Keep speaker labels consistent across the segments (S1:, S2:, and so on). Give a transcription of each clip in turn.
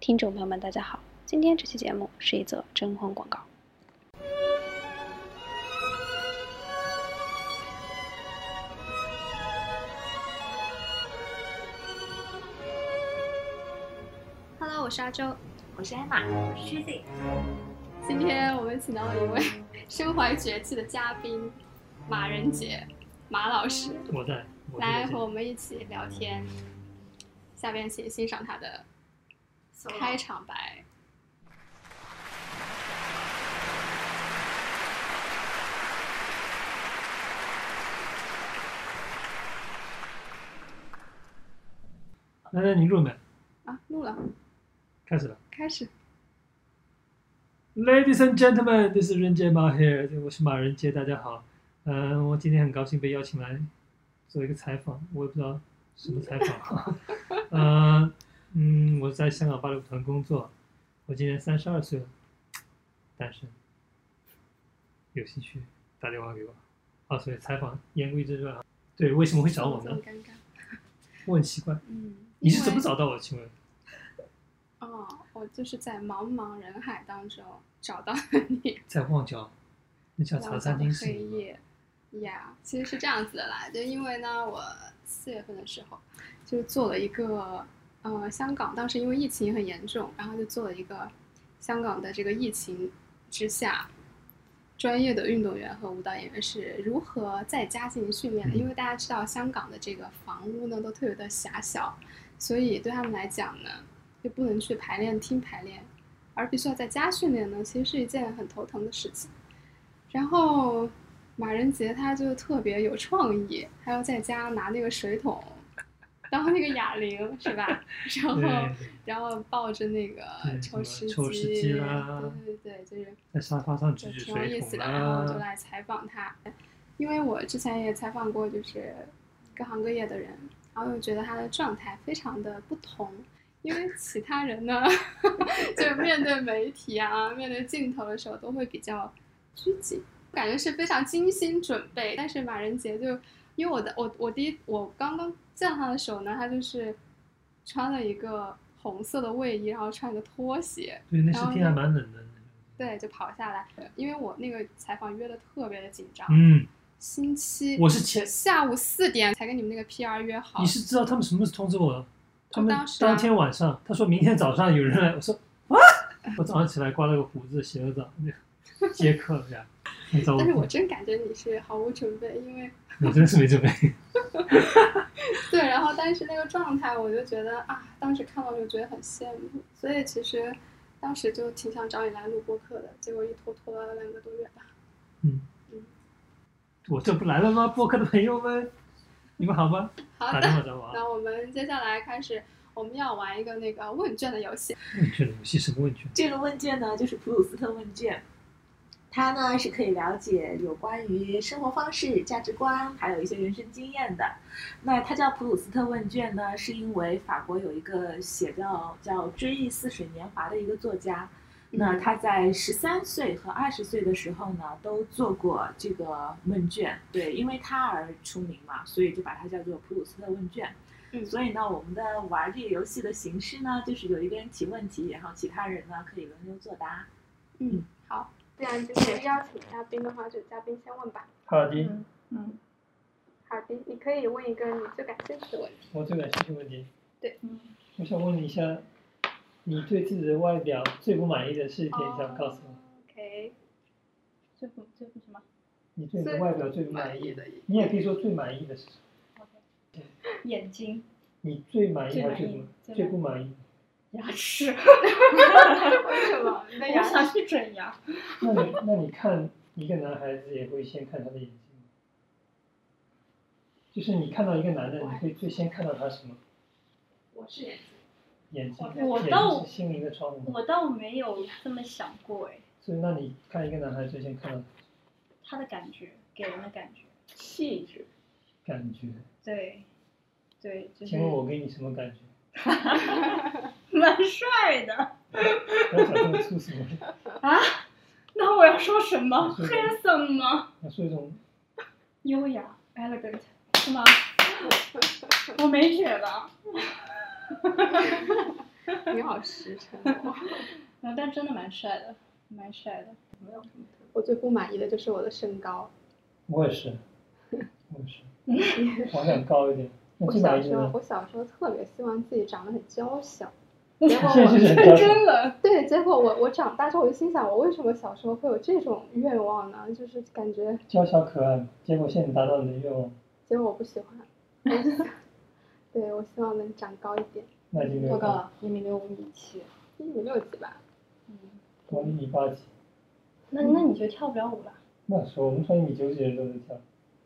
S1: 听众朋友们，大家好，今天这期节目是一则征婚广告。Hello，我是阿周，
S2: 我是 Emma，我是 Tracy。
S1: 今天我们请到了一位身怀绝技的嘉宾马仁杰马老师，
S3: 我在，我就
S1: 来
S3: 在
S1: 和
S3: 这
S1: 我们一起聊天。下面请欣赏他的开场白。
S3: 那那你录没？
S1: 啊，录了，
S3: 开始了。
S1: 开始。
S3: Ladies and gentlemen, this is 任杰马 here，我是马仁杰，大家好。嗯、我今天很高兴被邀请来做一个采访，我也不知道什么 采访。啊呃，嗯，我在香港芭蕾舞团工作，我今年三十二岁了，单身。有兴趣打电话给我。啊，所以采访言归正传啊，对，为什么会找我
S1: 这么
S3: 呢？
S1: 尴尬。
S3: 我很奇怪，
S1: 嗯，
S3: 你
S1: 因
S3: 是怎么
S1: 为？
S3: 找到我？请问？
S1: 哦，我就是在茫茫人海当中找到了你。
S3: 在旺角那家茶餐厅是
S1: 黑
S3: 吗
S1: 夜。呀其实是这样子的啦，就因为呢，我四月份的时候就做了一个，呃，香港当时因为疫情很严重，然后就做了一个香港的这个疫情之下，专业的运动员和舞蹈演员是如何在家进行训练的。
S3: 嗯
S1: 因为大家知道香港的这个房屋呢都特别的狭小，所以对他们来讲呢，就不能去排练厅排练，而必须要在家训练呢，其实是一件很头疼的事情。然后马仁杰他就特别有创意，还要在家拿那个水桶当那个哑铃，是吧？ 然后
S3: 对，
S1: 然后抱着那个
S3: 对
S1: 抽湿机，
S3: 什么抽湿机啦
S1: 对对对，就是
S3: 在沙发上
S1: 就
S3: 举举
S1: 挺有
S3: 水
S1: 意
S3: 桶啊
S1: 思的。然后我就
S3: 啦，
S1: 来采访他，因为我之前也采访过，就是各行各业的人，然后又觉得他的状态非常的不同。因为其他人呢， 就面对媒体啊，面对镜头的时候都会比较拘谨，感觉是非常精心准备。但是马仁杰就，因为我的我我第一我刚刚见到他的时候呢，他就是穿了一个红色的卫衣，然后穿一个拖鞋，
S3: 对，那
S1: 然
S3: 是
S1: 后
S3: 天还
S1: 就
S3: 蛮冷的。
S1: 对，就跑下来。因为我那个采访约的特别的紧张，
S3: 嗯，
S1: 星期
S3: 我是前，
S1: 下午四点才跟你们那个 PR 约好
S3: 你。是知道他们什么时候通知我的？他们
S1: 当时啊
S3: 当天晚上，他说明天早上有人来，我说啊，我早上起来刮了个胡子，洗了澡，就接客了呀。很糟
S1: 但是我
S3: 糕，
S1: 真感觉你是毫无准备，因为
S3: 我真是没准备。
S1: 对，然后但是那个状态，我就觉得啊，当时看到就觉得很羡慕，所以其实当时就挺想找你来录播客的，结果一拖拖了两个多月吧。
S3: 嗯
S1: 嗯，
S3: 我这不来了吗？播客的朋友们，你们好吗？
S1: 好的，
S3: 打电话找我啊。
S1: 那我们接下来开始，我们要玩一个那个问卷的游戏。嗯
S3: 问卷的游戏什么问卷？
S2: 这个问卷呢，就是普鲁斯特问卷，它呢是可以了解有关于生活方式、价值观，还有一些人生经验的。那它叫普鲁斯特问卷呢，是因为法国有一个写到叫《追忆似水年华》的一个作家，那他在十三岁和二十岁的时候呢，都做过这个问卷，对，因为他而出名嘛，所以就把它叫做普鲁斯特问卷。
S1: 嗯
S2: 所以呢，我们的玩这个游戏的形式呢，就是有一个人提问题，然后其他人呢可以轮流作答。
S1: 嗯，好，这样就是邀请嘉宾的话，就嘉宾先问吧。
S3: 好的，
S2: 嗯
S1: 好的，你可以问一个你最感兴趣的问题。
S3: 我最感兴趣的问题。
S2: 嗯，
S3: 我想问你一下，你对自己的外表最不满意的是一点，你想告诉我？
S1: OK，
S4: 最不最不什么
S3: 你对你的外表最不满意，
S1: 的。
S3: 你也可以说最满意的是什么？
S4: 眼睛、
S3: 你最满意还是最
S4: 最满意
S3: 不最不满意？
S4: 牙 齿，
S1: 为什么？你的
S4: 我
S1: 牙
S4: 想去整牙。
S3: 那你那你看一个男孩子也会先看他的眼睛吗？就是你看到一个男的，你会最先看到他什么？
S1: 我是眼睛。
S3: 眼睛，
S4: 我
S3: 眼睛
S4: 倒
S3: 是心灵的窗户。
S4: 我倒没有这么想过哎，
S3: 所以那你看一个男孩最先看到
S4: 他的感觉给人的感觉，
S2: 气质。
S3: 感觉，
S4: 对，对，就是
S3: 请问我给你什么感觉？
S4: 蛮帅的
S3: 不要讲这么粗俗，
S4: 啊。那我要说什么
S3: 是的
S4: ？handsome 吗？
S3: 要啊说一种
S4: 优雅，elegant 是 吗？我没觉得，
S1: 你好实诚哦。
S5: 然后但真的蛮帅的，蛮帅的。
S1: 我最不满意的就是我的身高。
S3: 我也是，我也是，我想高一点。那
S1: 我
S3: 这哪
S1: 小
S3: 一
S1: 时候，
S3: 个？
S1: 我小时候特别希望自己长得很娇小，
S3: 现
S1: 结果
S3: 在就是很高
S5: 真的，
S1: 对，结果我我长大之后，我就心想，我为什么小时候会有这种愿望呢？就是感觉，
S3: 娇小可爱，结果现在你达到你的愿望，
S1: 结果我不喜欢。我就想 对，我希望能长高一点，
S3: 那就没有
S2: 多高
S3: 了。
S2: 啊？一米六五，一米七。
S1: 一米六几吧。
S2: 嗯，
S3: 我一米八几，
S2: 那那你就跳不了舞了。
S3: 那时候我们穿一米九几的人都能跳。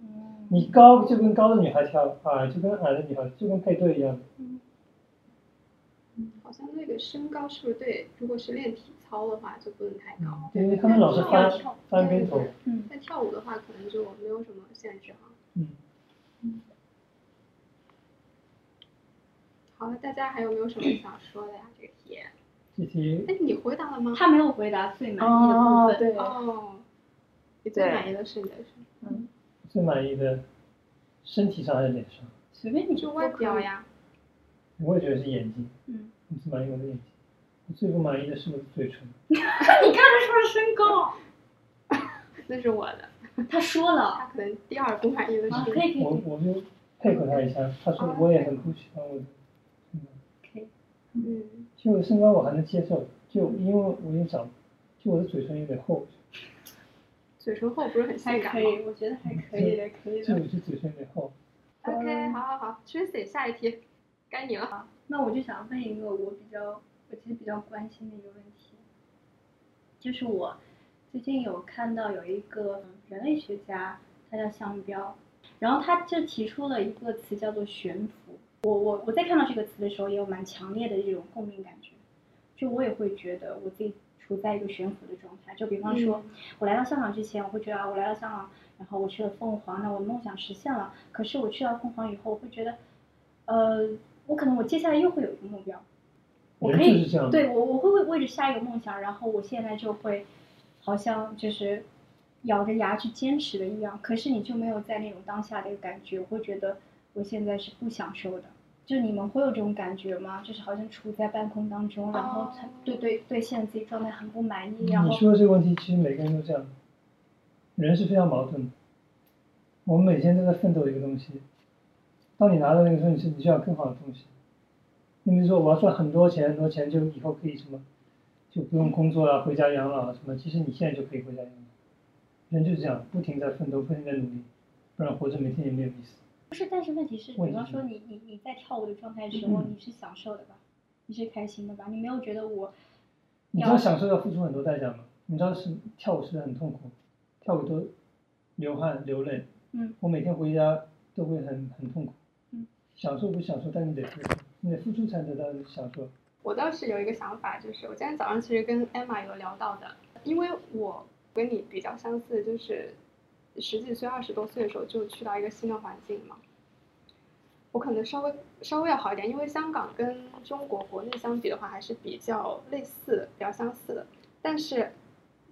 S2: 嗯，
S3: 你高就跟高的女孩跳，矮就跟矮的女孩，就跟配对一样。
S5: 嗯
S1: 好像那个身高是不是对？如果是练体操的话，就不能太高。
S3: 嗯因为他们老是翻
S2: 跳
S3: 翻跟头。
S5: 嗯，
S1: 但跳舞的话，可能就没有什么限制哈。
S3: 嗯，
S1: 好了，大家还有没有什么想说的呀？这个题，
S3: 这题
S1: 哎，你回答了吗？
S5: 他没有回答最满意的部
S2: 哦
S5: 分，，
S2: 对，
S1: 哦，你最
S2: 对
S1: 满意的是你的什么？
S3: 最满意的，身体上还是脸上？
S5: 随便你
S1: 就
S5: 说
S1: 外表。 呀。
S3: 我也觉得是眼睛。
S5: 嗯，
S3: 我最满意我的眼睛。我最不满意的是我的嘴唇。
S5: 你看他说是身高，
S1: 那是我的，
S5: 他说了
S1: 他可能第二不满意的
S5: 啊，
S1: 是
S5: 可以可以
S3: 我我就配合他一下，他说我也很不喜欢我的。嗯
S5: 可以，
S1: 嗯，
S3: 其实我的身高我还能接受，就因为我有长，就我的嘴唇有点厚，
S1: 嘴唇厚不是很
S5: 还
S1: 性感
S5: 可
S1: 吗
S5: 以，我觉得还可以的，可以
S3: 就
S5: 的。
S3: 我这嘴唇有点厚。
S5: 嗯
S1: ？OK，好好好，Tracy，下一题，该你了。
S5: 那我就想问一个我比较，我其实比较关心的一个问题，就是我最近有看到有一个人类学家，他叫项彪，然后他就提出了一个词叫做悬浮。我我我在看到这个词的时候，也有蛮强烈的这种共鸣感觉，就我也会觉得我自己处在一个悬浮的状态。就比方说，我来到香港之前，我会觉得啊，我来到香港，然后我去了凤凰，那我的梦想实现了。可是我去到凤凰以后，我会觉得，呃，我可能我接下来又会有一个目标，我
S3: 人
S5: 可
S3: 就
S5: 以
S3: 是这样的。
S5: 对我我会为为着下一个梦想，然后我现在就会好像就是咬着牙去坚持的一样。可是你就没有在那种当下的一个感觉，我会觉得我现在是不享受的。就是你们会有这种感觉吗？就是好像处在半空当中，然后
S1: 哦
S5: 他对对对现在自己状态很不满意，然
S3: 你
S5: 后
S3: 说的这个问题，其实每个人都这样，人是非常矛盾的。我们每天都在奋斗一个东西，当你拿到那个东西，你就要更好的东西。你比如说，我要赚很多钱，很多钱就以后可以什么，就不用工作啊，回家养老啊什么。其实你现在就可以回家养老。人就是这样，不停在奋斗，不停在努力，不然活着每天也没有意思。
S5: 不是，但是问题是，
S3: 问
S5: 比
S3: 题
S5: 方
S3: 是
S5: 说你你你在跳舞的状态的时候，
S3: 嗯
S5: 你是享受的吧？你是开心的吧？你没有觉得我
S3: 你知道享受要付出很多代价吗？你知道是跳舞是很痛苦，跳舞都流汗流泪。
S5: 嗯。
S3: 我每天回家都会很很痛苦。
S5: 嗯。
S3: 享受不享受，但你得付出，你得付出才得到享受。
S1: 我倒是有一个想法，就是我今天早上其实跟 Emma 有聊到的，因为我跟你比较相似，就是十几岁、二十多岁的时候就去到一个新的环境嘛。我可能稍微稍微要好一点，因为香港跟中国国内相比的话，还是比较类似的、比较相似的。但是，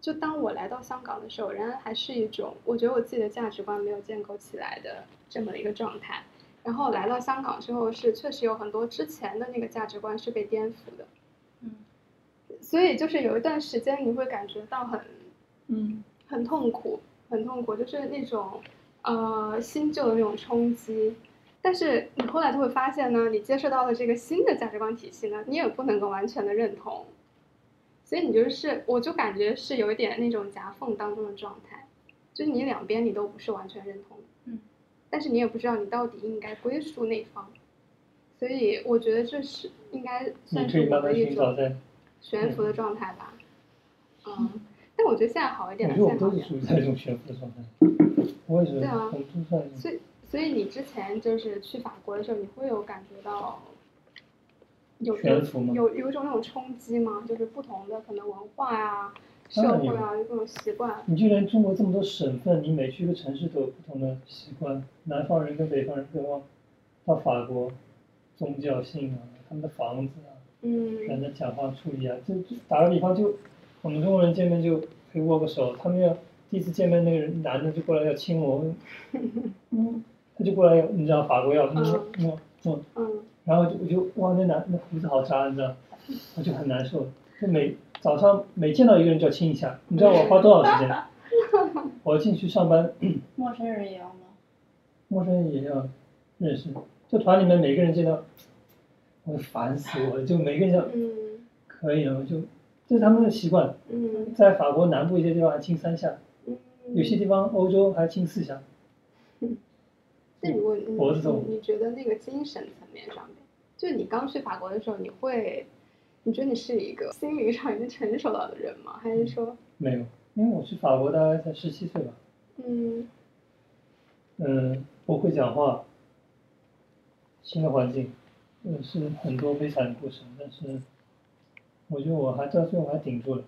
S1: 就当我来到香港的时候，仍然还是一种我觉得我自己的价值观没有建构起来的这么一个状态。然后来到香港之后，是确实有很多之前的那个价值观是被颠覆的，
S5: 嗯，
S1: 所以就是有一段时间你会感觉到很
S2: 嗯，
S1: 很痛苦，很痛苦，就是那种呃新旧的那种冲击。但是你后来就会发现呢，你接受到的这个新的价值观体系呢，你也不能够完全的认同，所以你就是我就感觉是有一点那种夹缝当中的状态，就是你两边你都不是完全认同的，
S5: 嗯，
S1: 但是你也不知道你到底应该归属哪方，所以我觉得这是应该
S3: 你
S1: 算
S3: 可
S1: 是
S3: 以
S1: 我
S3: 慢慢
S1: 的一
S3: 寻找
S1: 种
S3: 在，
S1: 悬浮的状态吧，嗯，但我觉得现在好一
S3: 我
S1: 点了，
S3: 觉
S1: 现
S3: 得嗯我
S1: 在
S3: 们
S1: 好
S3: 都
S1: 一点。
S3: 是属于在一种悬浮的状态。我也觉
S1: 对
S3: 得，
S1: 啊
S3: 我们都算是。
S1: 所以，所以你之前就是去法国的时候，你会有感觉到有有
S3: 悬浮吗
S1: 有有一种那种冲击吗？就是不同的可能文化啊、社
S3: 当然
S1: 会
S3: 有
S1: 啊各种习惯，
S3: 你就连中国这么多省份，你每去一个城市都有不同的习惯，南方人跟北方人更望到法国，宗教信仰啊，他们的房子啊，人
S1: 嗯，
S3: 家讲话处理啊，就就打个比方就，我们中国人见面就可以握个手，他们要第一次见面那个人男的就过来要亲我，嗯，他就过来要，你知道法国要，嗯
S1: 嗯
S3: 嗯嗯，
S1: 嗯，
S3: 然后我就我就哇，那男那胡子好扎，你知道，我就很难受。就每早上每见到一个人就要亲一下，你知道我花多少时间？我进去上班，
S5: 陌生人也要吗？
S3: 陌生人也要认识，就团里面每个人见到，我烦死我了，就每个人想
S1: 嗯
S3: 可以了，我就这是他们的习惯，
S1: 嗯
S3: 在法国南部一些地方还亲三下，
S1: 嗯，
S3: 有些地方欧洲还亲四下。
S1: 那如果你
S3: 脖子痛
S1: 你你觉得那个精神层面上面，就你刚去法国的时候，你会，你觉得你是一个心灵上已经成熟了的人吗？还是说，
S3: 没有，因为我去法国大概才十七岁吧，
S1: 嗯
S3: 嗯，不会讲话，新的环境，嗯，是很多悲惨的故事，但是我觉得我还到最后还顶住了，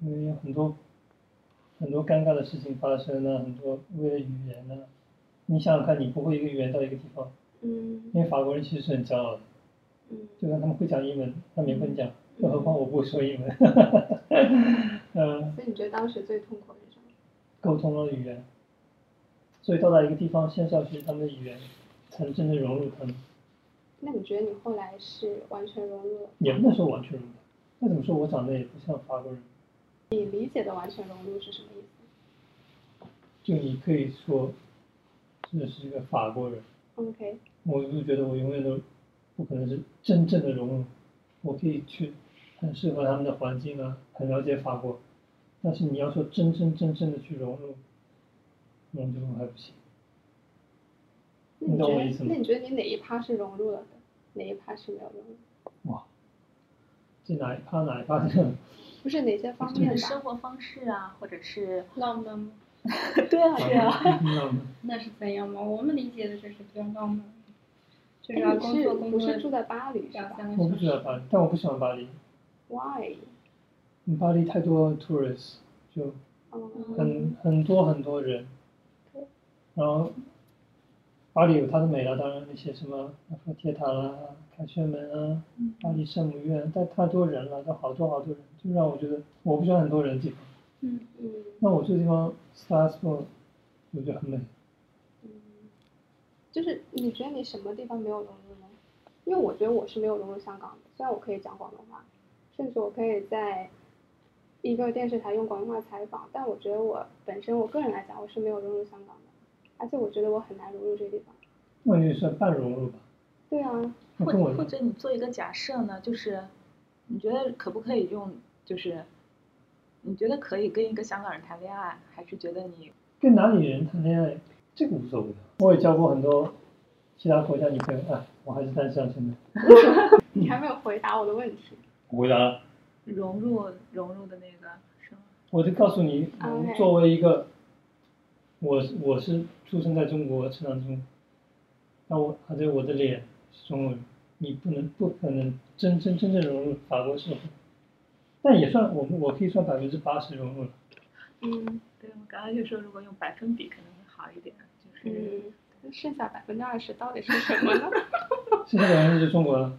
S3: 因为有很多很多尴尬的事情发生啊，很多为了语言啊，你想想看，你不会一个语言到一个地方，
S1: 嗯
S3: 因为法国人其实是很骄傲的，
S1: 嗯
S3: 就算他们会讲英文，他们也不能讲，更何况我不会说英文， 嗯。
S1: 所以你觉得当时最痛苦的是什么？
S3: 沟通了语言，所以到达一个地方，先是要学习他们的语言，才能真正融入他们。
S1: 那你觉得你后来是完全融入了，
S3: 也不能说完全融入，那怎么说我长得也不像法国人？
S1: 你理解的完全融入是什么意思
S3: 就你可以说，这是一个法国人。
S1: ？OK，
S3: 我就觉得我永远都不可能是真正的融入，我可以去很适合他们的环境啊，很了解法国，但是你要说真真正正的去融入，那我觉得我还不行。
S1: 那你
S3: 你懂
S1: 觉
S3: 我
S1: 得
S3: 意思吗
S1: 那你觉得你哪一趴是融入了的，哪一趴是没有融入？
S3: 这哪一趴哪一趴这
S1: 不是哪些方
S2: 你的
S1: 面吧？
S2: 生活方式啊，或者是
S5: 浪漫吗？
S2: 对
S3: 嗯
S2: 啊 对啊，
S3: 浪漫。
S5: 那是怎样吗？我们理解的就是比较浪漫，就是
S1: 哎
S5: 要
S1: 你
S5: 工作
S1: 是
S5: 工
S1: 不
S5: 作
S1: 是住在巴黎是
S5: 两
S1: 吧
S5: 三个
S3: 我不
S5: 小
S3: 知道
S5: 时。
S3: 巴黎，但我不喜欢巴黎。
S1: ？Why？
S3: 嗯巴黎太多 tourists，就很、
S1: 嗯
S3: 很多很多人。然后，巴黎有它的美啦，当然那些什么埃菲尔铁塔啦、凯旋门啊、巴黎圣母院，但太多人了，都好多好多人，就让我觉得我不喜欢很多人的地方。
S5: 嗯，
S1: 嗯
S3: 那我住的地方 s t r a s b u r g 我觉得很美。
S1: 嗯，就是你觉得你什么地方没有融入呢？因为我觉得我是没有融入香港的，虽然我可以讲广东话，甚至我可以在一个电视台用广东话采访，但我觉得我本身我个人来讲，我是没有融入香港的，而且我觉得我很难融入这个地方。
S3: 那就算半融入吧。
S1: 对啊，
S3: 那
S2: 或
S3: 跟我
S2: 或者你做一个假设呢，就是你觉得可不可以用，就是你觉得可以跟一个香港人谈恋爱，还是觉得你
S3: 跟哪里人谈恋爱，这个无所谓的。我也交过很多其他国家女朋友，哎，我还是单身啊现在。
S1: 你还没有回答我的问题。
S3: 我回答了。
S2: 融入融入的那个啊生活？
S3: 我就告诉你，
S1: OK
S3: 我作为一个，我是我是出生在中国，成长中国，那我而且我的脸是中国人，你不能不可能真真真正融入法国社会，但也算我们我可以算百分之八十融入了。
S1: 嗯
S2: 对我刚刚就说，如果用百分比可能会好一点，就是
S1: 嗯，那剩下百分之二十到底是什么 呢？
S3: 剩下百分之中国了，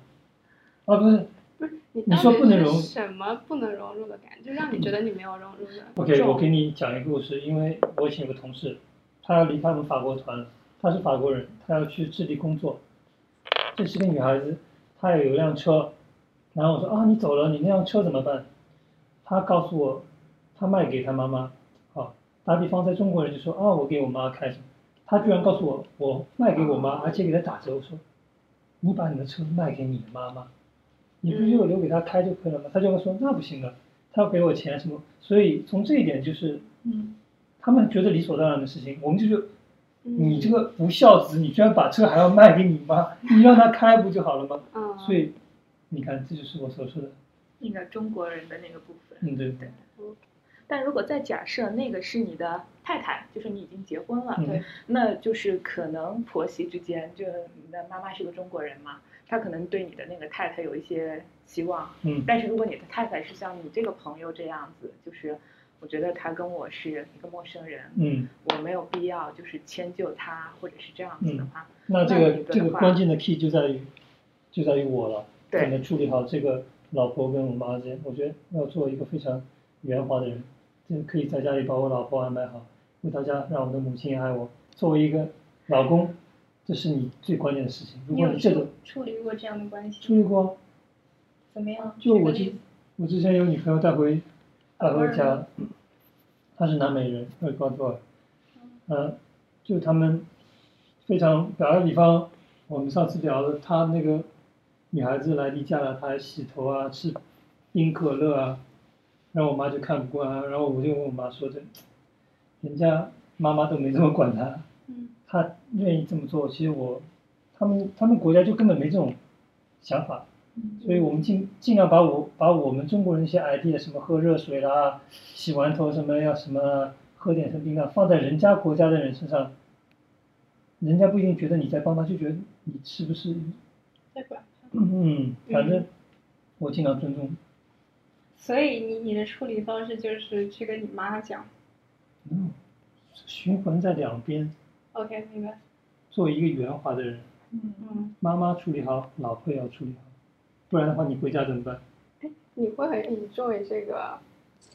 S3: 啊不是
S1: 不是你
S3: 你
S1: 到
S3: 说
S1: 底
S3: 不能
S1: 是
S3: 融入
S1: 什么不能融入的感觉，就让你觉得你没有融入的
S3: ，OK，
S1: 重
S3: 我给你讲一个故事，因为我以前有个同事，他要离开我们法国团了，他是法国人，他要去智利工作，这是个女孩子，她有一辆车，然后我说啊，你走了，你那辆车怎么办？她告诉我，她卖给她妈妈。好，啊打比方，在中国人就说啊，我给我妈开什么？她居然告诉我，我卖给我妈，而且给她打折。我说，你把你的车卖给你的妈妈，你不
S2: 嗯
S3: 就留给她开就可以了吗？她就会说那不行的，她要给我钱什么？所以从这一点就是，
S2: 嗯，
S3: 他们觉得理所当然的事情，我们就觉得
S1: 嗯
S3: 你这个不孝子，你居然把车还要卖给你妈，你让她开不就 好了吗？
S1: 嗯，
S3: 所以你看，这就是我所说的，
S2: 啊那个中国人的那个部分。
S3: 嗯，对，
S2: 对但如果再假设那个是你的太太，就是你已经结婚了，
S3: 嗯，
S2: 那就是可能婆媳之间，就你的妈妈是个中国人嘛，她可能对你的那个太太有一些期望。
S3: 嗯，
S2: 但是如果你的太太是像你这个朋友这样子，就是我觉得她跟我是一个陌生人，
S3: 嗯，
S2: 我没有必要就是迁就她或者是这样
S3: 嗯
S2: 子的话，
S3: 那这
S2: 那
S3: 个
S2: 你的
S3: 这个
S2: 话
S3: 关键的 key 就在于就在于我了，
S2: 对
S3: 怎么处理好这个老婆跟我妈之间，我觉得要做一个非常圆滑的人，就可以在家里把我老婆安排好，为大家让我的母亲爱我，作为一个老公，这是你最关键的事情。如
S4: 你
S3: 果
S4: 有
S3: 你这种
S4: 处处理过这样的关系
S3: 处
S4: 吗？
S3: 理过，
S4: 怎么样？
S3: 就
S4: 嗯举
S3: 我
S4: 个例
S3: 之
S4: 子啊
S3: 我之前有女朋友带回带回
S4: 偶尔
S3: 家，她是南美人，厄瓜多尔，
S4: 嗯
S3: 呃，就他们非常打个比方，我们上次聊的，她那个女孩子来例假了，她还洗头啊，吃冰可乐啊，然后我妈就看不惯啊，然后我就问我妈说这，人家妈妈都没这么管她，
S4: 嗯
S3: 她愿意这么做，其实我他们他们国家就根本没这种想法。所以我们尽尽量把我把我们中国人一些 idea，什么喝热水啦，洗完头什么要什么，喝点什么冰啊，放在人家国家的人身上，人家不一定觉得你在帮他，就觉得你是不是，
S4: 再管。
S3: 嗯，反正我尽量尊重。
S5: 所以你你的处理方式就是去跟你妈讲
S3: 嗯，循环在两边，
S5: ，OK，明白。
S3: 做一个圆滑的人，
S5: 嗯，
S3: 妈妈处理好，老婆也要处理好，不然的话你回家怎么办？
S1: 你会很 enjoy 这个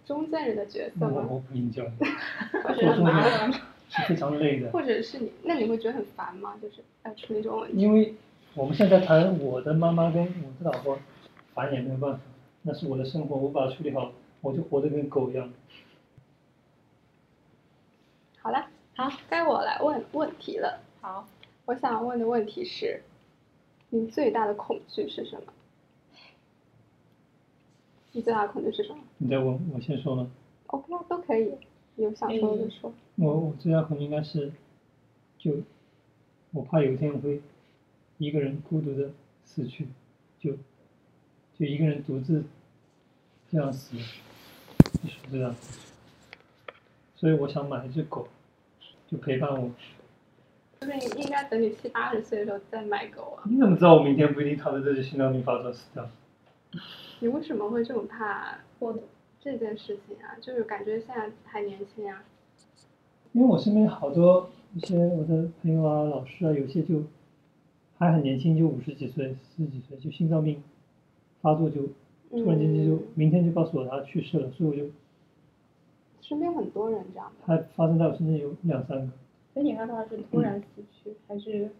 S1: 中间人的角色
S3: 那我
S1: 吗？
S3: 我不引 教你，
S1: 或
S3: 做
S1: 者
S3: 中人是非常累的。
S1: 或者是你，那你会觉得很烦吗？就是要处理这种问题，
S3: 因为我们现在谈我的妈妈跟我的老婆，烦也没有办法，那是我的生活，我把它处理好，我就活得跟狗一样。
S1: 好了，好，该我来问问题了。
S5: 好，
S1: 我想问的问题是，你最大的恐惧是什么？你最大的恐惧是什么
S3: 你再问我先说吗？
S1: ？OK 啊，都可以，有想说的就说。
S3: 我我最大可能应该是，就我怕有一天我会一个人孤独的死去，就就一个人独自这样死，就是这样。所以我想买一只狗，就陪伴我。
S1: 就是你应该等你七八十岁的时候再买狗啊。
S3: 你怎么知道我明天不一定躺在这里心脏病发作死掉？
S1: 你为什么会这么怕
S4: 我的
S1: 这件事情啊？就是感觉现在还年轻啊。
S3: 因为我身边好多一些我的朋友啊、老师啊，有些就还很年轻，就五十几岁、四十几岁，就心脏病发作就突然间就、
S1: 嗯
S3: 明天就告诉我他去世了，所以我就
S1: 身边很多人这样的。
S3: 还发生在我身边有两三个。
S4: 所以你害怕是突然死去，还是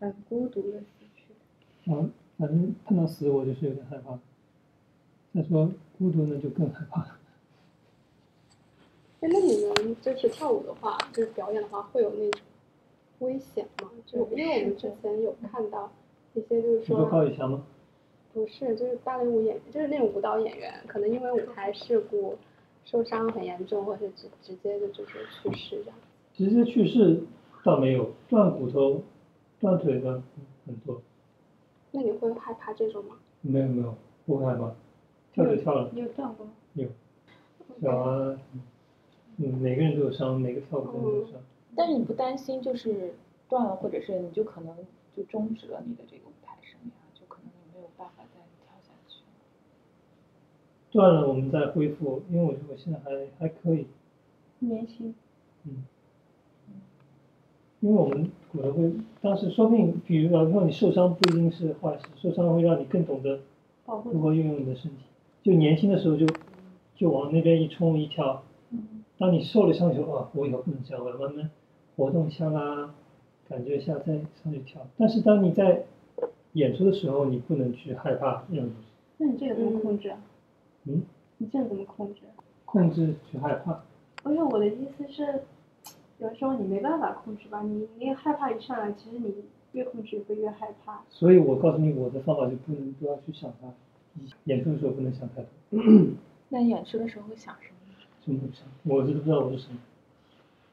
S4: 很孤独的死去？
S3: 我反正碰到死我就是有点害怕，再说孤独呢就更害怕了。
S1: 哎，那你们就是跳舞的话，就是表演的话，会有那种危险吗？就因为我们之前有看到一些就是
S3: 你说高
S1: 说，
S3: 以翔吗？
S1: 不是，就是芭蕾舞演，就是那种舞蹈演员，可能因为舞台事故受伤很严重，或者直直接的就是去世这样。
S3: 直接去世倒没有，断骨头、断腿的很多。
S1: 那你会害怕这种吗？
S3: 没有没有，不会害怕，跳就跳了。
S4: 你有断过吗？
S3: 小啊，嗯，每个人都有伤，每个跳舞的人都有伤。
S4: 嗯
S6: 但是你不担心就是断了，或者是你就可能就终止了你的这个舞台生涯，就可能你没有办法再跳下去。
S3: 断了我们再恢复，因为我觉得我现在还还可以，
S4: 年轻，
S3: 因为我们骨头会，当时说不定，比如说你受伤不一定是坏事，受伤会让你更懂得
S4: 保护
S3: 如何运用你的身体。就年轻的时候就就往那边一冲一跳，
S4: 嗯
S3: 当你受了伤以后啊，我以后不能这样，我要慢慢活动一下啦，感觉一下再上去跳。但是当你在演出的时候，你不能去害怕任何东西，
S4: 那你这个怎么控制啊？
S3: 嗯，
S4: 你这个怎么控制？啊
S3: 控制去害怕。
S4: 不是我的意思是，有时候你没办法控制吧，你你害怕一上来，其实你越控制会越害怕。
S3: 所以我告诉你，我的方法就不能不要去想它，演出的时候不能想太多，
S6: 那你演出的时候会想什么呢？
S3: 什么都不想，我都不知道我是什么。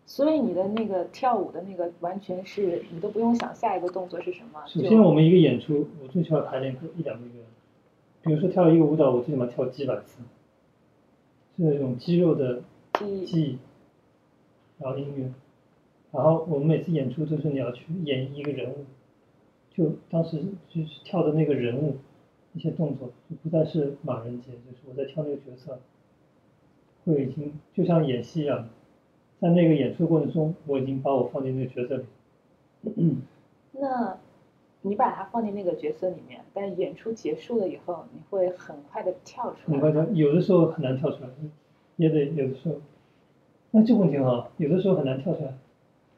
S6: 所以你的那个跳舞的那个完全是你都不用想下一个动作是什么，
S3: 首
S6: 就
S3: 先，我们一个演出，我最起码排练个一两个月，比如说跳一个舞蹈，我最起码跳几百次，是那种肌肉的
S6: 记忆
S3: 记忆，然后音乐，然后我们每次演出都是你要去演一个人物，就当时就是跳的那个人物一些动作，就不再是马仁杰，就是我在跳那个角色，会已经就像演戏一样，在那个演出过程中，我已经把我放进那个角色里，
S6: 那你把它放进那个角色里面，但演出结束了以后，你会很快的跳出
S3: 很
S6: 来。
S3: 快跳，有的时候很难跳出来，也得有的时候，啊那这问题很好，有的时候很难跳出来，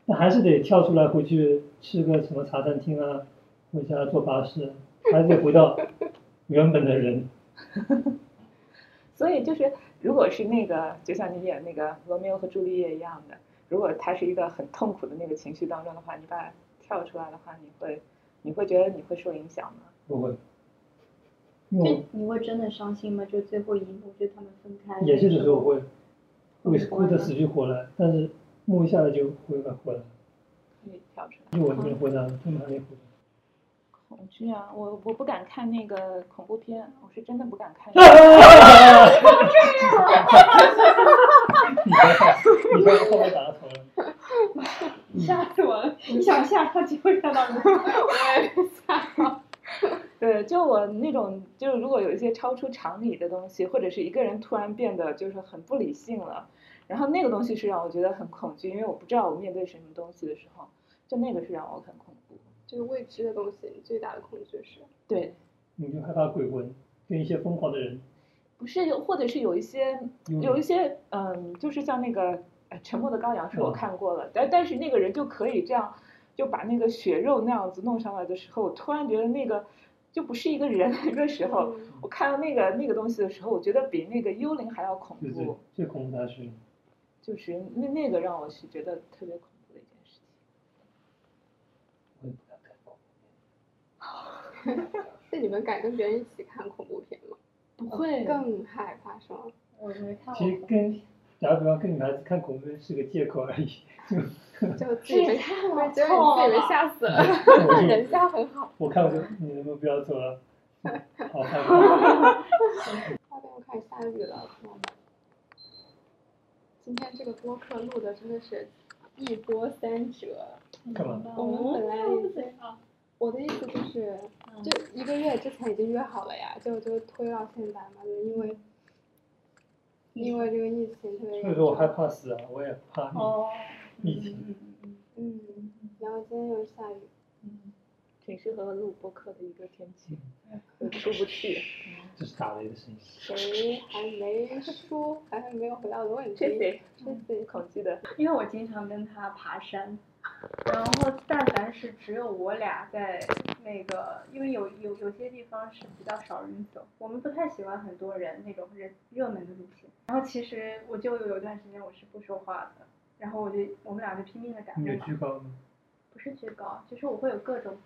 S3: 那还是得跳出来回去吃个什么茶餐厅啊，回家坐巴士，还是得回到原本的人。
S6: 所以就是，如果是那个，就像你演那个罗密欧和朱丽叶一样的，如果他是一个很痛苦的那个情绪当中的话，你把它跳出来的话，你会，你会觉得你会受影响吗？
S3: 不会，因为
S4: 就你会真的伤心吗？就最后一幕，就他们分开
S3: 我也是有时候
S4: 候，
S3: 会会哭得死去活来，但是摸一下子就恢复回来了。
S6: 可以跳出来。
S3: 就我这边回来了，他们还没回来。。
S6: 恐惧啊，我我不敢看那个恐怖片，我是真的不敢看
S3: 你别看，你别看我打到头了。
S5: 吓死我
S1: 嗯
S5: 了！一想吓他，结果吓到你。
S6: 对，就我那种，就是如果有一些超出常理的东西，或者是一个人突然变得就是很不理性了，然后那个东西是让我觉得很恐惧，因为我不知道我面对什么东西的时候，就那个是让我很恐怖。
S1: 就是未知的东西，你最大的恐惧是
S6: 对，
S3: 你就害怕鬼魂跟一些疯狂的人，
S6: 不是有，或者是有一些
S3: 幽
S6: 有一
S3: 灵
S6: 些，嗯，就是像那个呃《沉默的羔羊》是我
S3: 嗯
S6: 看过了，但但是那个人就可以这样，就把那个血肉那样子弄上来的时候，我突然觉得那个就不是一个人的时候，
S1: 嗯
S6: 我看到那个那个东西的时候，我觉得比那个幽灵还要恐
S3: 对对
S5: 哦
S6: 怖，，
S3: 最恐怖的还是
S6: 就是那那个让我是觉得特别恐怖的一件事情。
S3: 我也不敢看恐怖
S1: 那你们敢跟别人一起看恐怖片吗？
S6: 不会，
S1: 更害怕是 吗？
S4: 我没看
S3: 片。其实
S4: 过。
S3: 跟打个比方，跟女孩子看恐怖片是个借口而已。
S1: 就自己被，
S5: 太
S1: 我觉得你自己被吓死了，人家很好。
S3: 我看我就你能不能不要走 了？好害怕。
S1: 外边又开始下雨了，朋友们。今天这个播客录的真的是一波三折。
S3: 干
S5: 嗯
S3: 嘛？
S1: 我们本来嗯已经，
S5: 啊，
S1: 我的意思就是，就一个月之前已经约好了呀，结果就推到现在嘛，就是因为因为这个疫情特别
S3: 所
S1: 严
S3: 以说我害
S1: 重。
S3: 怕死啊，我也怕
S5: 哦，
S3: 疫疫情。
S1: 嗯，然后今天又下雨，
S6: 嗯，挺适合录播客的一个天气，
S3: 嗯
S6: 我出不去。
S3: 这是打雷的声音。
S1: 谁还没说，还没有回答我的问题。
S6: 谢谢，
S1: 谢嗯谢。
S6: 恐惧的。
S5: 因为我经常跟他爬山，然后但凡是只有我俩在那个，因为有有有些地方是比较少人走，我们不太喜欢很多人那种人热门的路线。然后其实我就有一段时间我是不说话的，然后我就我们俩就拼命的赶
S3: 你
S5: 路
S3: 有
S5: 嘛
S3: 惧，高吗？
S5: 不是巨高，就是我会有各种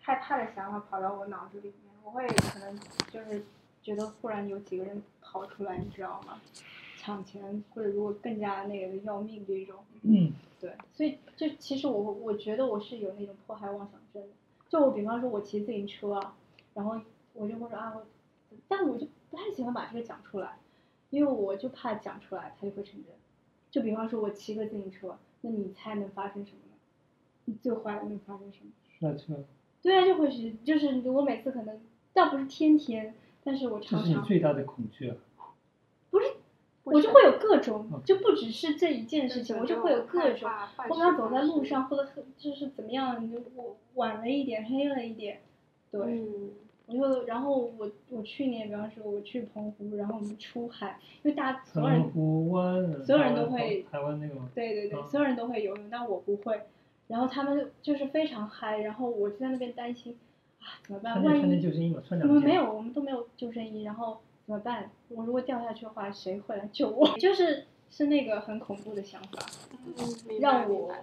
S5: 害怕的想法跑到我脑子里面，我会可能就是觉得忽然有几个人跑出来，你知道吗？抢钱或者如果更加那个要命这种，
S3: 嗯，
S5: 对，所以就其实我我觉得我是有那种迫害妄想症的，就我比方说我骑自行车啊，然后我就会说啊我，但我就不太喜欢把这个讲出来，因为我就怕讲出来他就会承认。就比方说我骑个自行车，那你猜能发生什么呢？你最坏能发生什么？
S3: 摔车，
S5: 对啊，就会是就是我每次可能倒不是天天，但是我
S3: 这
S5: 常
S3: 是你
S5: 常
S3: 最大的恐惧啊！
S5: 我就会有各种
S3: 嗯，
S5: 就不只是这一件事情，我就会有各种。
S1: 害怕，
S5: 我刚走在路上，或者很就是怎么样，就我晚了一点，黑了一点，对，
S1: 嗯，
S5: 我就然后我我去年，比方说我去澎湖，然后我们出海，因为大家所有人，
S3: 湖湾，啊
S5: 所有
S3: 台湾
S5: 人都会
S3: 台湾那个吗？
S5: 对对对，
S3: 嗯
S5: 所有人都会游泳，但我不会，然后他们就就是非常嗨，然后我就在那边担心啊怎么办，
S3: 穿
S5: 万
S3: 件
S5: 一
S3: 穿件救生衣嘛，穿
S5: 我
S3: 两
S5: 们
S3: 件。
S5: 没有，我们都没有救生衣，然后怎么办？我如果掉下去的话，谁会来救我？ 就是是那个很恐怖的想法，
S1: 明白
S5: 让
S1: 明
S5: 我
S1: 白。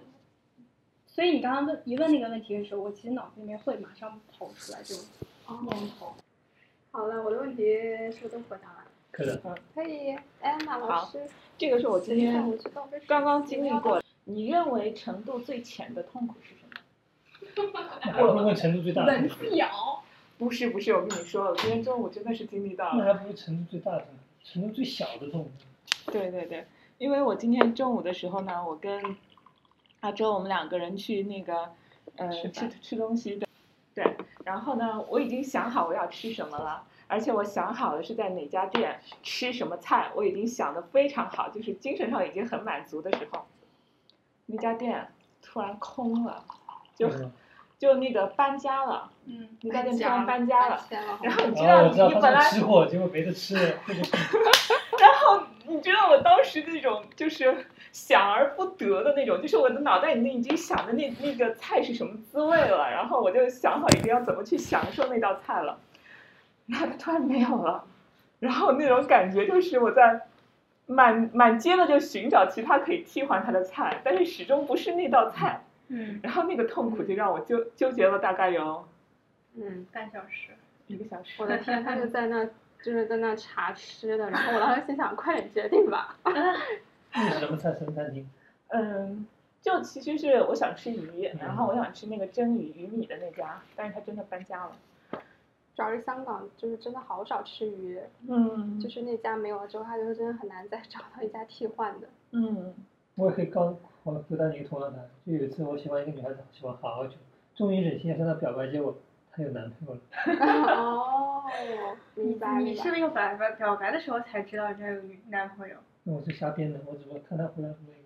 S5: 所以你刚刚问一问那个问题的时候，我其实脑子里面会马上跑出来这种念头。
S1: 好了，我的问题是不是都回答完了？
S3: 可能
S1: 可以，安娜老
S6: 好
S1: 师，
S6: 这个是我今
S1: 等一下
S6: 天
S1: 我去倒杯水。
S6: 刚刚经历过。你认为程度最浅的痛苦是什么？
S3: 还不问程度最大的，
S5: 咬，
S6: 不是不是，我跟你说，我今天中午真的是经历到
S3: 那
S6: 了。
S3: 还不是程度最大的，程度最小的痛苦。
S6: 对对对，因为我今天中午的时候呢，我跟阿周我们两个人去那个呃
S1: 吃
S6: 吃
S1: 饭
S6: 吃东西的，对，然后呢，我已经想好我要吃什么了。而且我想好了是在哪家店吃什么菜，我已经想的非常好，就是精神上已经很满足的时候，那家店突然空了，就
S3: 嗯
S6: 就那个搬家了，
S5: 嗯，
S6: 那家店突然搬家了，
S1: 搬家了。
S6: 然后你知
S3: 哦，
S6: 道
S3: 我知道
S6: 你本
S3: 他
S6: 来
S3: 是吃货，结果没得吃了，这个
S6: 然后你你知道我当时那种就是想而不得的那种，就是我的脑袋里面已经想着那那个菜是什么滋味了，然后我就想好一定要怎么去享受那道菜了，然后它突然没有了，然后那种感觉就是我在满满街的就寻找其他可以替换它的菜，但是始终不是那道菜，
S5: 嗯，
S6: 然后那个痛苦就让我纠纠结了大概有
S1: 嗯，
S5: 半小时。
S6: 一个小时。
S1: 我的天，他就在那就是在那查吃的，然后我当时心想， 快点决定吧。
S3: 那是什么菜？什么餐厅？
S6: 嗯，就其实是我想吃鱼，然后我想吃那个蒸鱼鱼米的那家，但是他真的搬家了。
S1: 主要是香港就是真的好少吃鱼，
S6: 嗯
S1: 就是那家没有了之后，他就真的很难再找到一家替换 的。
S6: 嗯
S3: 我也可以告我回答你一个同样的，就有一次我喜欢一个女孩子，喜欢好久，终于忍心要向她表白，结果她有男朋友了。
S1: 哦，明白
S5: 嗯你
S1: 明
S5: 是不
S1: 白。
S5: 是又表白表白的时候才知道这有男朋友？
S3: 那我是瞎编的，我只不过看她回来什么一个。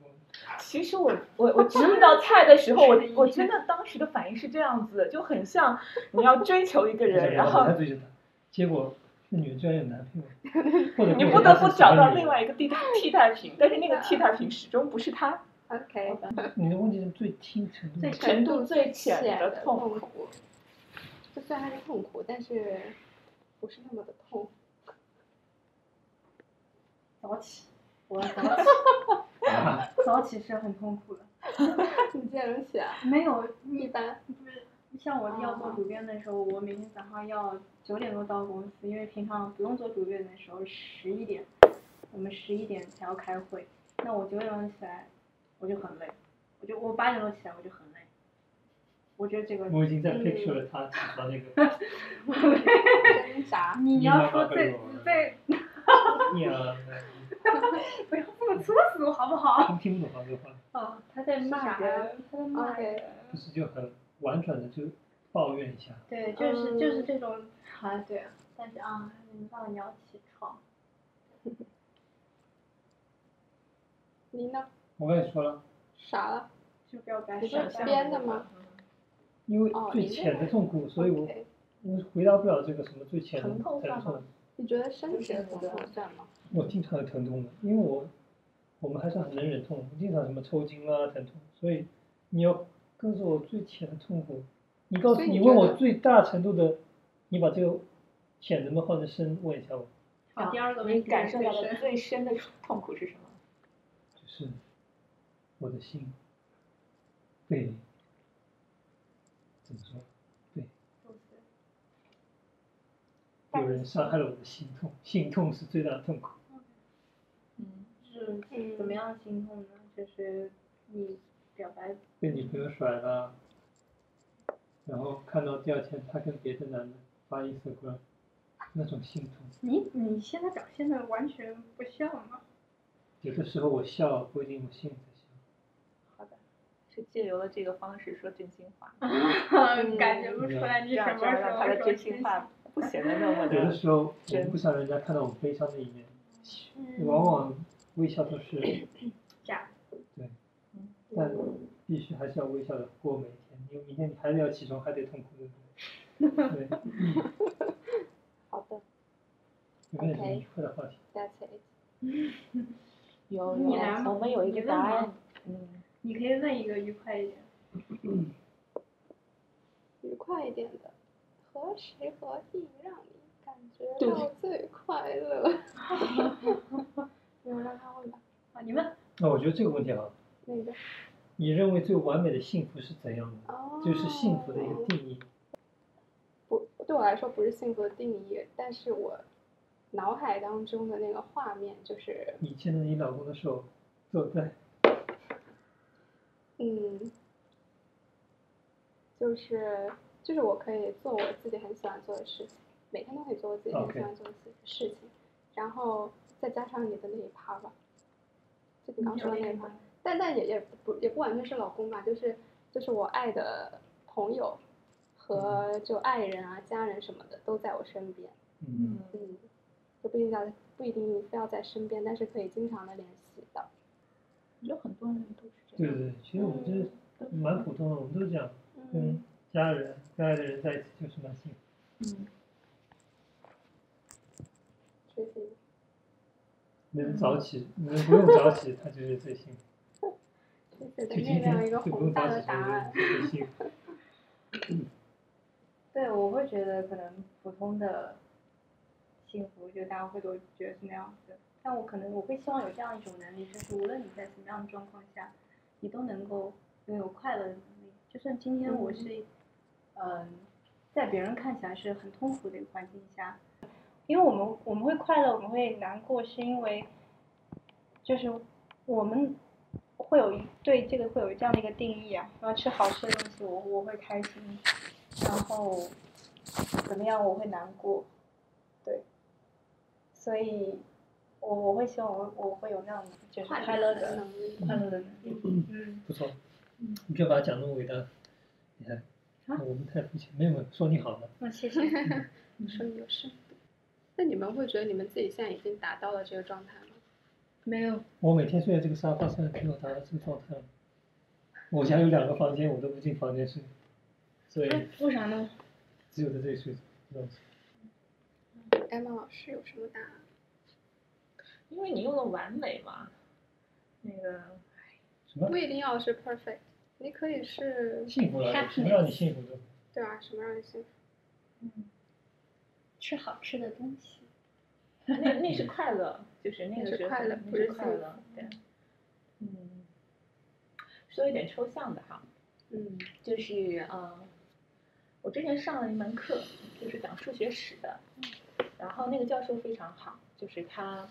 S6: 其实我我我吃那道菜的时候，我我真的当时的反应是这样子，就很像你要追求一 个人，然后
S3: 他追着她，结果那女的居然有男朋友， 或者
S6: 你
S3: 跟
S6: 不
S3: 我
S6: 得
S3: 家
S6: 不
S3: 是
S6: 找
S3: 情
S6: 到
S3: 侣
S6: 另外一个 替代替代品，但是那个替代品始终不是他，
S1: OK，
S3: 你的问题是最听程度
S5: 最
S3: 吗，
S6: 程度最
S1: 浅
S6: 浅的
S1: 的
S6: 痛
S1: 痛苦，就虽然还是痛苦，但是不是那么的痛。
S5: 早起，我早起
S3: 啊
S5: 早起是很痛苦的。
S1: 你这种写啊
S5: 没有，
S1: 一
S5: 你
S1: 般，
S5: 不是像我要做主编的时候，我每天早上要九点多到公司，因为平常不用做主编的时候十一点，我们十一点才要开会。那我九点钟起来，我就很累，我就我八点多起来我就很累。我觉得这个
S3: 我已经在
S1: 嗯
S3: picture 了她和那 个
S1: 挣扎。
S5: 你
S3: 你
S5: 要
S3: 妈
S5: 说
S3: 妈
S5: 最
S3: 跟我
S5: 最
S3: 娘，
S5: 不要这么粗俗好不好？
S3: 他们听不懂杭州话，
S5: 啊，他在骂人，他在骂人。
S1: OK，
S3: 不是就很婉转的就抱怨一下。
S5: 对，就是就是
S1: 嗯
S5: 这种啊，对，但是啊，你到你要起床，
S1: 你呢？
S3: 我跟你说了，
S1: 啥了？
S5: 就不要白
S1: 你
S5: 想
S1: 是
S5: 象
S1: 编的吗？
S3: 因为
S1: 哦
S3: 最
S1: 你这
S3: 浅的痛苦，所以我
S1: OK，
S3: 我回答不了这个什么最浅的
S6: 疼
S3: 疼
S6: 痛算
S3: 痛
S6: 吗。
S1: 你觉得身体的疼痛算吗？
S3: 我经常有疼痛的，因为我我们还是很能忍痛，经常什么抽筋啊疼痛，所以你要告诉我最浅的痛苦，你告诉
S1: 所以你
S3: 你问
S1: 觉
S3: 我
S1: 得
S3: 最大程度的，你把这个浅能不能换成深问一下我，
S5: 好，啊第二个
S6: 你
S5: 问题
S6: 感受
S5: 最
S6: 到的
S5: 深
S6: 最深的痛苦是什么？
S3: 就是我的心被怎么说被有人伤害了我的心痛，心痛是最大的痛苦。
S6: 嗯，
S5: 是
S1: 嗯
S5: 怎么样心痛呢？就是你表白，
S3: 被女朋友甩了，然后看到第二天他跟别的男的发 Instagram，那种心痛。
S5: 你你现在表现的完全不像嘛。
S3: 有的时候我笑，不一定我心里在笑。
S6: 好的，是借由了这个方式说真心话。
S5: 感觉不出来你
S6: 这
S5: 什么
S6: 样就要
S5: 时
S6: 让他
S5: 候
S6: 的
S5: 说
S6: 真心
S5: 心
S6: 话不显得那么
S3: 有的
S6: 的。
S3: 时候我
S6: 真
S3: 不想让人家看到我悲伤的一面，
S1: 嗯
S3: 往往微笑都是，
S5: 假，
S3: 但必须还是要微笑的过每一天，因为明天你还得要起床，还得痛苦，对不对？对，
S1: 好的
S3: 有没有什
S1: OK
S3: 么愉快的话题？
S1: ，That's it。
S6: 有
S5: 你
S6: 有
S5: 来吧
S6: 我们有一
S5: 你问
S6: 个答
S5: 吧
S6: 案。嗯，
S5: 你可以问一个愉快一点。
S1: 愉快一点的，何时何地让你感觉
S6: 对
S1: 到最快乐？ 没有让他问吧，
S5: 啊，你问
S3: 那我觉得这个问题啊，
S1: 那个
S3: 你认为最完美的幸福是怎样的？
S1: 哦，
S3: 就是幸福的一个定义。
S1: 不对我来说不是幸福的定义，但是我脑海当中的那个画面就是，
S3: 你牵着你老公的手，走在
S1: 嗯，就是就是我可以做我自己很喜欢做的事情，每天都可以做我自己很喜
S3: OK
S1: 欢做的事事情然后再加上你的那一趴吧，就你刚说的那一趴。但但也也不也不完全是老公吧，就是就是我爱的朋友和就爱人啊、家人什么的都在我身边，
S3: 嗯，
S1: 嗯，就不一定要不一定非要在身边，但是可以经常的联系到。
S6: 有很多人都是这
S3: 对
S6: 样。
S3: 对对，其实我们就是蛮普通的，我们都是这样，跟
S1: 嗯，
S3: 家人、跟爱的人在一起就是蛮幸福。
S6: 嗯，
S1: 最近
S3: 没人早起，没人不用早起，他就是最幸福。
S1: 给
S3: 就今
S1: 月亮一
S3: 天
S1: 个
S3: 就不
S1: 宏
S3: 用
S1: 大
S3: 早
S1: 的
S3: 起
S1: 答案。
S3: 就是最幸福。
S5: 对，我会觉得可能普通的幸福，就大家会都觉得是那样子。但我可能我会希望有这样一种能力，就是无论你在什么样的状况下，你都能够拥有快乐的能力。就算今天我是，嗯、在别人看起来是很痛苦的一个环境下，因为我们我们会快乐，我们会难过，是因为就是我们会有一对这个会有这样的一个定义啊，然后吃好吃的东西我我会开心，然后怎么样我会难过，对，所以我我会希望我我会有那样的就是快乐的
S1: 能力。
S5: 快乐的能力，嗯，
S3: 不错，你可以把它讲那么伟大，你
S1: 啊
S3: 看，我们太肤浅，没有没有，说你好的，
S5: 那谢谢。
S1: 生有生。那你们会觉得你们自己现在已经达到了这个状态吗？
S5: 没有，
S3: 我每天睡在这个沙发上，给我达到这个状态了。我家有两个房间，我都不进房间睡，所以
S5: 为啥呢？
S3: 只有在这里睡。这种
S1: 艾玛老师有什么答案？
S6: 因为你用了完美嘛，那个
S3: 什么
S1: 不一定要是 perfect，你可以是，
S3: 幸福来着？什么让你幸福的？
S1: 对啊，什么让你幸福？
S5: 吃好吃的东西，
S6: 那那是快乐，就是
S1: 嗯那
S6: 那个
S1: 是
S6: 时候
S1: 快乐
S6: 那
S1: 不
S6: 是
S1: 是
S6: 快
S1: 幸
S6: 乐，对，嗯，说一点抽象的哈，
S1: 嗯，
S6: 就是呃，我之前上了一门课，就是讲数学史的，然后那个教授非常好，就是他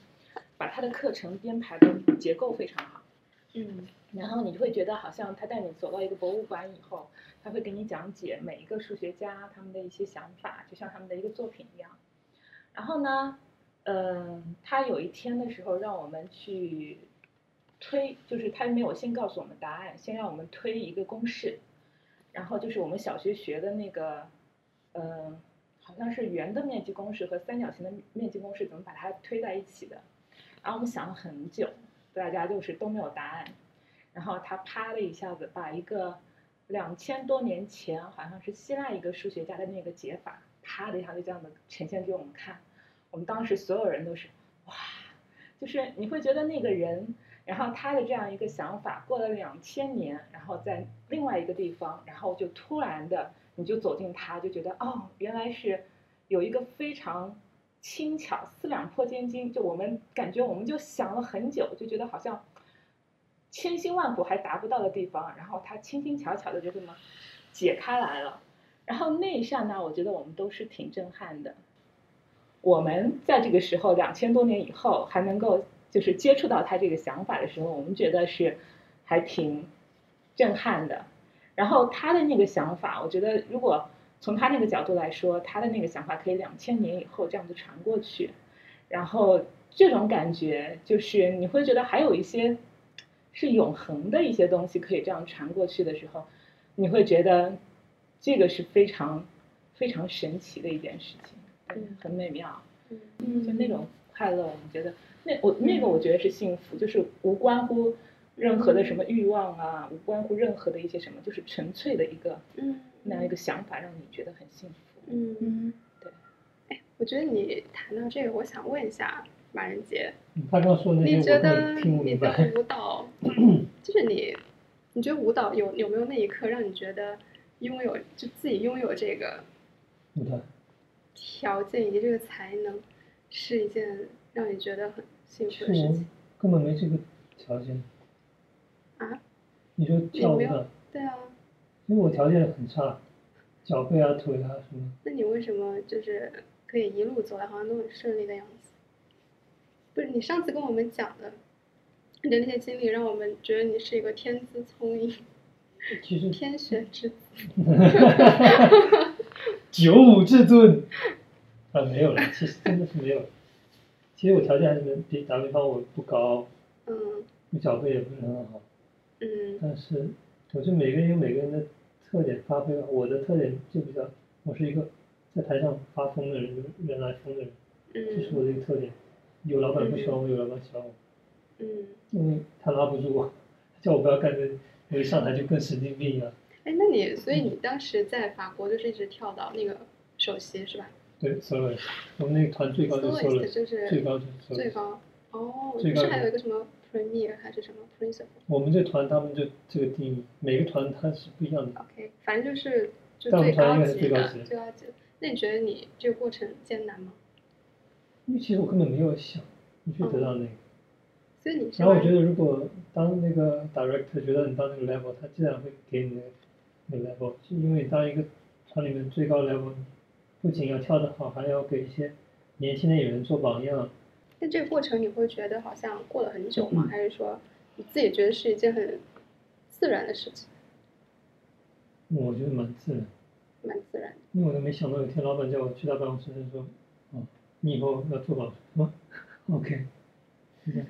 S6: 把他的课程编排的结构非常好，
S1: 嗯，
S6: 然后你会觉得好像他带你走到一个博物馆以后，他会给你讲解每一个数学家他们的一些想法，就像他们的一个作品一样。然后呢，嗯，他有一天的时候让我们去推，就是他没有先告诉我们答案，先让我们推一个公式，然后就是我们小学学的那个，嗯，好像是圆的面积公式和三角形的面积公式怎么把它推在一起的。然后我们想了很久，大家就是都没有答案。然后他啪的一下子把一个两千多年前好像是希腊一个数学家的那个解法，啪的一下就这样的呈现给我们看。我们当时所有人都是哇，就是你会觉得那个人，然后他的这样一个想法，过了两千年，然后在另外一个地方，然后就突然的你就走进他，就觉得哦，原来是有一个非常。轻巧，四两拨千斤，就我们感觉我们就想了很久，就觉得好像千辛万苦还达不到的地方，然后他轻轻巧巧的就这么解开来了。然后那一刹那，我觉得我们都是挺震撼的。我们在这个时候，两千多年以后还能够就是接触到他这个想法的时候，我们觉得是还挺震撼的。然后他的那个想法，我觉得如果从他那个角度来说，他的那个想法可以两千年以后这样子传过去，然后这种感觉就是你会觉得还有一些是永恒的一些东西可以这样传过去的时候，你会觉得这个是非常非常神奇的一件事情，对
S1: 嗯
S6: 很美妙。
S1: 嗯
S6: 就那种快乐，你觉得那我那个我觉得是幸福，就是无关乎任何的什么欲望啊，无关乎任何的一些什么，就是纯粹的一个
S1: 嗯
S6: 那样一个想法，让你觉得很幸福。
S1: 嗯，哎
S5: 嗯，
S1: 我觉得你谈到这个，我想问一下马仁杰，
S3: 你他刚说的那
S1: 你觉
S3: 些嗯我都
S1: 得
S3: 没听不
S1: 你
S3: 明
S1: 的
S3: 白。
S1: 舞蹈，就是你，你觉得舞蹈有有没有那一刻让你觉得拥有就自己拥有这个
S3: 舞蹈，
S1: 条件以及这个才能，是一件让你觉得很幸福
S3: 其实
S1: 的事
S3: 我
S1: 情
S3: 根本没这个条件。
S1: 啊？
S3: 你说跳舞
S1: 你没有
S3: 的，
S1: 对啊，
S3: 因为我条件很差，脚背啊、腿啊什么，
S1: 那你为什么就是可以一路走来好像都很顺利的样子？不是你上次跟我们讲的，你的那些经历让我们觉得你是一个天资聪颖、
S3: 其实
S1: 天选之子。
S3: 九五至尊啊，没有了，其实真的是没有了。其实我条件还是能比，打比方我不高，
S1: 嗯
S3: 我脚背也不是很好，
S1: 嗯
S3: 但是我觉得每个人有每个人的特点发挥吧。我的特点就比较，我是一个在台上发疯的人，就是人来疯的人，这是我
S1: 嗯
S3: 的一个特点。有老板不喜欢我，有老板喜欢我，
S1: 嗯。
S3: 因为他拉不住我，他叫我不要干这，我一上台就跟神经病一啊样。
S1: 哎，那你所以你当时在法国就是一直跳到那个首席是吧
S3: 对，solo，我们那个团最高就是 solo，
S1: 呃就是
S3: 最高就是 solo。
S1: 最高。哦，
S3: 这
S1: 不是
S3: 个
S1: 还有一个什么 Premier 还是什么 Principle？OK，、
S3: 我们这团他们就这个定义，每个团它是不一样的。
S1: OK，反正就是就
S3: 但我
S1: 最
S3: 们团
S1: 高
S3: 应该是
S1: 级
S3: 最高
S1: 的
S3: 级
S1: 最高级的。那你觉得你这个过程艰难吗？
S3: 因为其实我根本没有想去得到那个。
S1: 所以你是
S3: 然后我
S1: 玩
S3: 觉得，如果当那个 director 觉得你到那个 level，他自然会给你那个 level，是因为你到一个团里面最高 level，不仅要跳得好，还要给一些年轻的演员做榜样。
S1: 那这个过程你会觉得好像过了很久
S3: 嗯
S1: 吗？还是说你自己觉得是一件很自然的事情，
S3: 我觉得蛮自然，
S1: 蛮自然的？
S3: 因为我都没想到有一天老板叫我去他办公室，他说：“哦，你以后要做榜什么 ？OK。”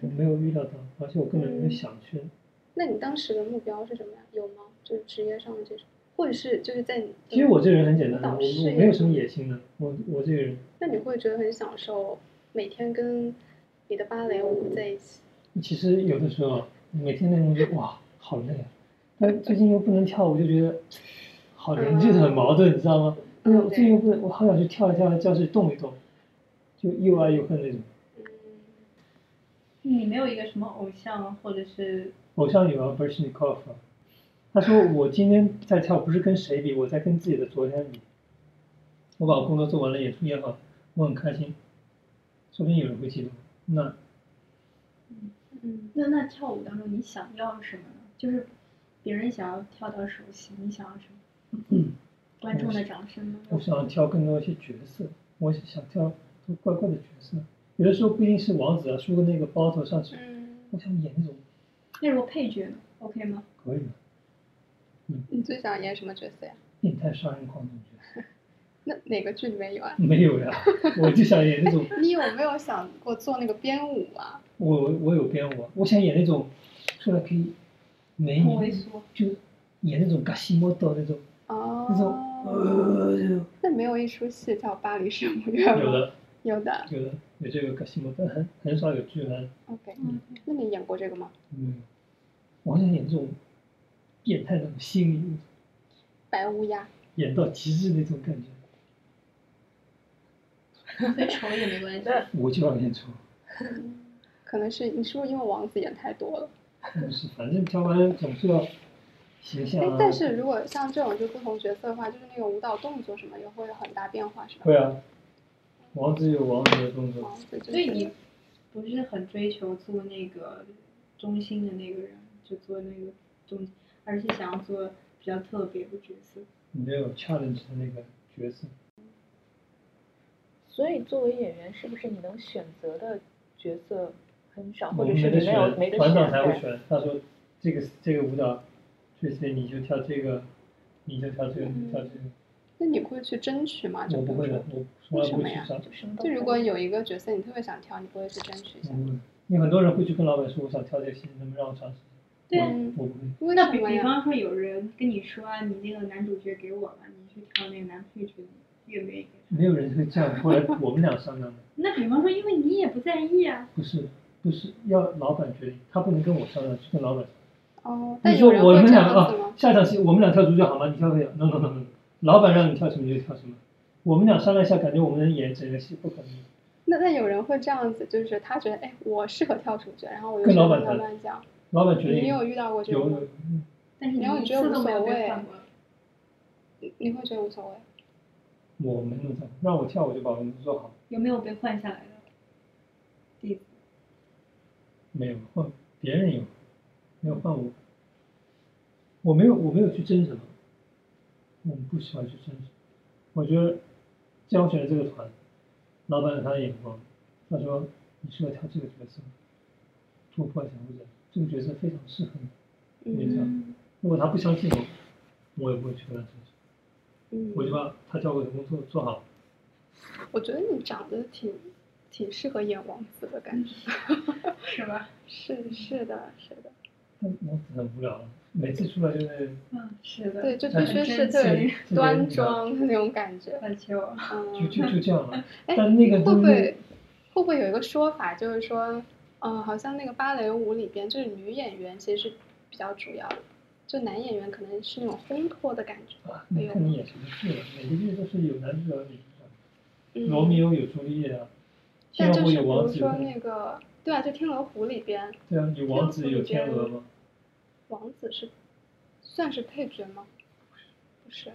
S3: 我没有预料到，而且我根本没有想去。
S1: 嗯那你当时的目标是什么呀？有吗？就是职业上的这种，或者是就是在你
S3: 其实我这个人很简单
S1: 嗯
S3: 的，
S1: 导
S3: 我
S1: 师
S3: 我
S1: 也
S3: 没有什么野心的，我我这个人
S1: 那你会觉得很享受每天跟你的芭蕾舞在一起？
S3: 其实有的时候每天那种就哇好累啊，但最近又不能跳舞，就觉得好人就是很矛盾，你知道吗？哎呀，我最近又不能，我好想去跳一跳教室动一动，就又爱又恨那种。
S1: 嗯，
S5: 你没有一个什么偶像或者是
S3: 偶像女王 Bershnikov，她啊说我今天在跳不是跟谁比，我在跟自己的昨天比。我把我工作做完了，演出也好，我很开心。说不定有人会嫉妒我，那
S1: 嗯，
S5: 那那跳舞当中你想要什么呢？就是别人想要跳到手心，你想要什么？观众的掌声吗？
S3: 嗯我想挑更多一些角色，我想挑怪怪的角色，有的时候不一定是王子啊，梳个那个包头上去，
S1: 嗯，
S3: 我想演那种
S5: 那如果配角呢？OK 吗？
S3: 可以的
S1: 你最想演什么角色呀？
S3: 变态杀人狂那种角色。
S1: 那哪个剧里面有啊？
S3: 没有呀，我就想演那种，
S1: 你有没有想过做那个编舞啊？
S3: 我我有编舞啊，我想演那种出来可以没
S5: 很猥琐。
S3: 就演那种嘎西莫多那种那种
S1: 哦，
S3: 呃，就
S1: 那没 有一出戏叫《巴黎圣母院》吗？
S3: 有，的
S1: 有的。
S3: 有的有这个嘎西莫，但很很少有剧还
S1: OK，那你演过这个吗？
S3: 没有。我好想演这种变态那种心理，
S1: 白乌鸦。
S3: 演到极致那种感觉。
S5: 跟丑也没关系。
S3: 我就要演出，
S1: 可能是你是不是因为王子演太多了？
S3: 就是 反正跳完总是要形象
S1: 哎、
S3: 啊。
S1: 但是如果像这种就不同角色的话，就是那个舞蹈动作什么也会有很大变化，是吧？
S3: 会啊，王子有王子的动作
S1: 王，子就是
S5: 所以你不是很追求做那个中心的那个人，就做那个中，而是想要做比较特别的角色。
S3: 你没有 challenge 的那个角色，
S6: 所以作为演员，是不是你能选择的角色很少，
S3: 我
S6: 啊或者
S3: 们
S6: 是
S3: 得
S6: 你没有
S3: 选，
S6: 没得
S3: 团
S6: 选？
S3: 长才会
S6: 对
S3: 选。他说这个这个舞蹈，这些你就跳这个，你就跳这个，你跳这
S6: 嗯
S3: 个。
S1: 那你会去争取吗？就
S3: 我
S1: 比
S3: 不
S1: 如
S3: 会
S1: 说
S3: 的，我从来不会
S1: 为
S3: 去
S1: 什
S3: 找。
S6: 就嗯什么都
S1: 就如果
S6: 可以
S1: 有一个角色你特别想跳，你不会去争取一下
S3: 我？不会。有很多人会去跟老板说，我想跳这个戏，能不能让我尝试？
S5: 对啊
S1: 嗯，
S3: 我不会。
S1: 为
S5: 那
S1: 什
S5: 比
S1: 么
S5: 比
S1: 呀？
S5: 方说有人跟你说啊，你那个男主角给我吧，你去挑那个男配角，你愿不愿意给？
S3: 没有人会这样。后来我们俩商量的，
S5: 那比方说，因为你也不在意啊，
S3: 不是不是要老板决定，他不能跟我商量，去跟老板。
S1: 哦，
S3: 你
S1: 但
S3: 说
S1: 有人
S3: 我
S1: 会
S3: 们
S1: 这
S3: 两
S1: 样
S3: 个
S1: 子
S3: 啊
S1: 吗？，
S3: 下一场戏我们俩跳主角好吗？你跳不了，no no no no，老板让你跳什么你就跳什么。我们俩商量一下，感觉我们能演整个戏不可能。
S1: 那那有人会这样子，就是他觉得哎，我适合跳主角，然后我就
S3: 跟
S1: 去
S3: 老
S1: 跟
S3: 板
S1: 老
S3: 谈
S1: 板讲。
S3: 老板决定
S1: 你有遇到过这
S3: 有嗯
S1: 种吗
S3: 有？，
S5: 但是你
S1: 然后你
S5: 一
S1: 觉得
S5: 次
S1: 无
S5: 都没有
S1: 所谓
S5: 被换过。
S1: 你你会觉得无所谓？
S3: 我没那么跳，让我跳我就把我们做好，
S5: 有没有被换下来的？弟子，
S3: 没有换别人有，没有换我，我没有我没有去争什么，我不喜欢去争什么。我觉得，既然我选了这个团，老板有他的眼光，他说你适合跳这个角色，突破一下或者这个角色非常适合你。没错
S1: 嗯
S3: 如果他不相信我，我也不会去跟他争执，
S1: 嗯，
S3: 我就把他交给我的工作做好。
S1: 我觉得你长得挺挺适合演王子的感觉。
S5: 是吧？
S1: 是是的，是的，
S3: 但我很无聊，每次出来就是
S5: 嗯，是的。
S1: 对，就
S3: 很
S1: 必须是
S5: 珍
S1: 特
S5: 惜
S1: 别
S3: 特别
S1: 端
S3: 无聊
S1: 庄的那种感觉。
S5: 换球。
S3: 就
S1: 嗯，
S3: 就就这样了。
S1: 哎，
S3: 但那个
S1: 会不
S3: 就是
S1: 会会不会有一个说法，就是说，嗯，好像那个芭蕾舞里边，就是女演员其实是比较主要的，就男演员可能是那种烘托的感觉。
S3: 啊，那看你演什么剧了，每个剧都是有男主角、女主角，
S1: 嗯，
S3: 罗密欧有朱丽叶啊，
S1: 但
S3: 天
S1: 就
S3: 后
S1: 是
S3: 有
S1: 比
S3: 王
S1: 如
S3: 子有
S1: 说
S3: 公
S1: 那
S3: 主，
S1: 个对啊，就天鹅湖里边，
S3: 对啊，有王子有天鹅吗？
S1: 王子是算是配角吗？不是，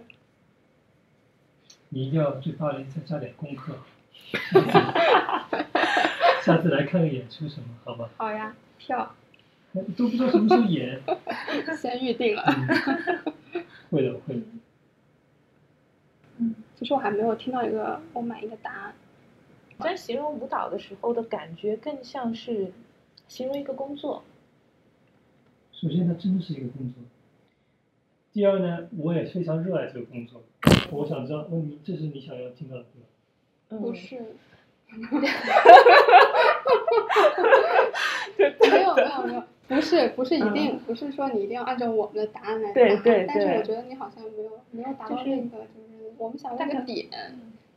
S3: 你一定要对八零再加点功课，下次来看个演出什么，好吧？哎
S1: 好呀，票
S3: 都不知道什么时候 演。
S1: 先预定了。
S3: 嗯会的，会的。
S1: 其实我还没有听到一个我满意的答案。
S6: 在形容舞蹈的时候的感觉更像是形容一个工作，
S3: 首先，它真的是一个工作。第二呢，我也非常热爱这个工作。我想知道，哦，你这是你想要听到的对吧？
S1: 不
S6: 嗯，
S1: 是，
S6: 对
S1: 没有没有没有，不是不是一定、不是说你一定要按照我们的答案来答，
S6: 对对
S1: 但是
S6: 对
S1: 我觉得你好像没有没有达到
S5: 就是
S1: 那个就是嗯我们想的
S5: 大
S1: 那个
S5: 概
S1: 点。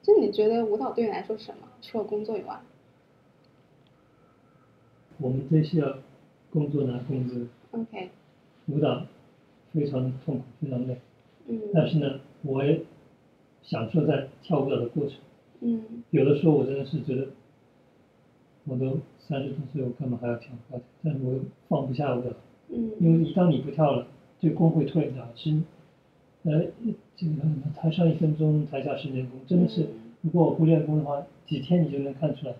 S1: 就你觉得舞蹈对你来说什么？除了工作以外，
S3: 我们这些工作拿工资，
S1: OK，
S3: 舞蹈非常痛苦，非常累。但
S1: 嗯
S3: 是呢，我也享受在跳舞蹈的过程。
S1: 嗯，
S3: 有的时候我真的是觉得，我都三十多岁，我干嘛还要跳舞蹈？但是我又放不下舞蹈。因
S1: 嗯
S3: 为一旦你不跳了，这个功会退的。其实，呃，这个台上一分钟，台下十年功，真的是，如果我不练功的话，几天你就能看出来。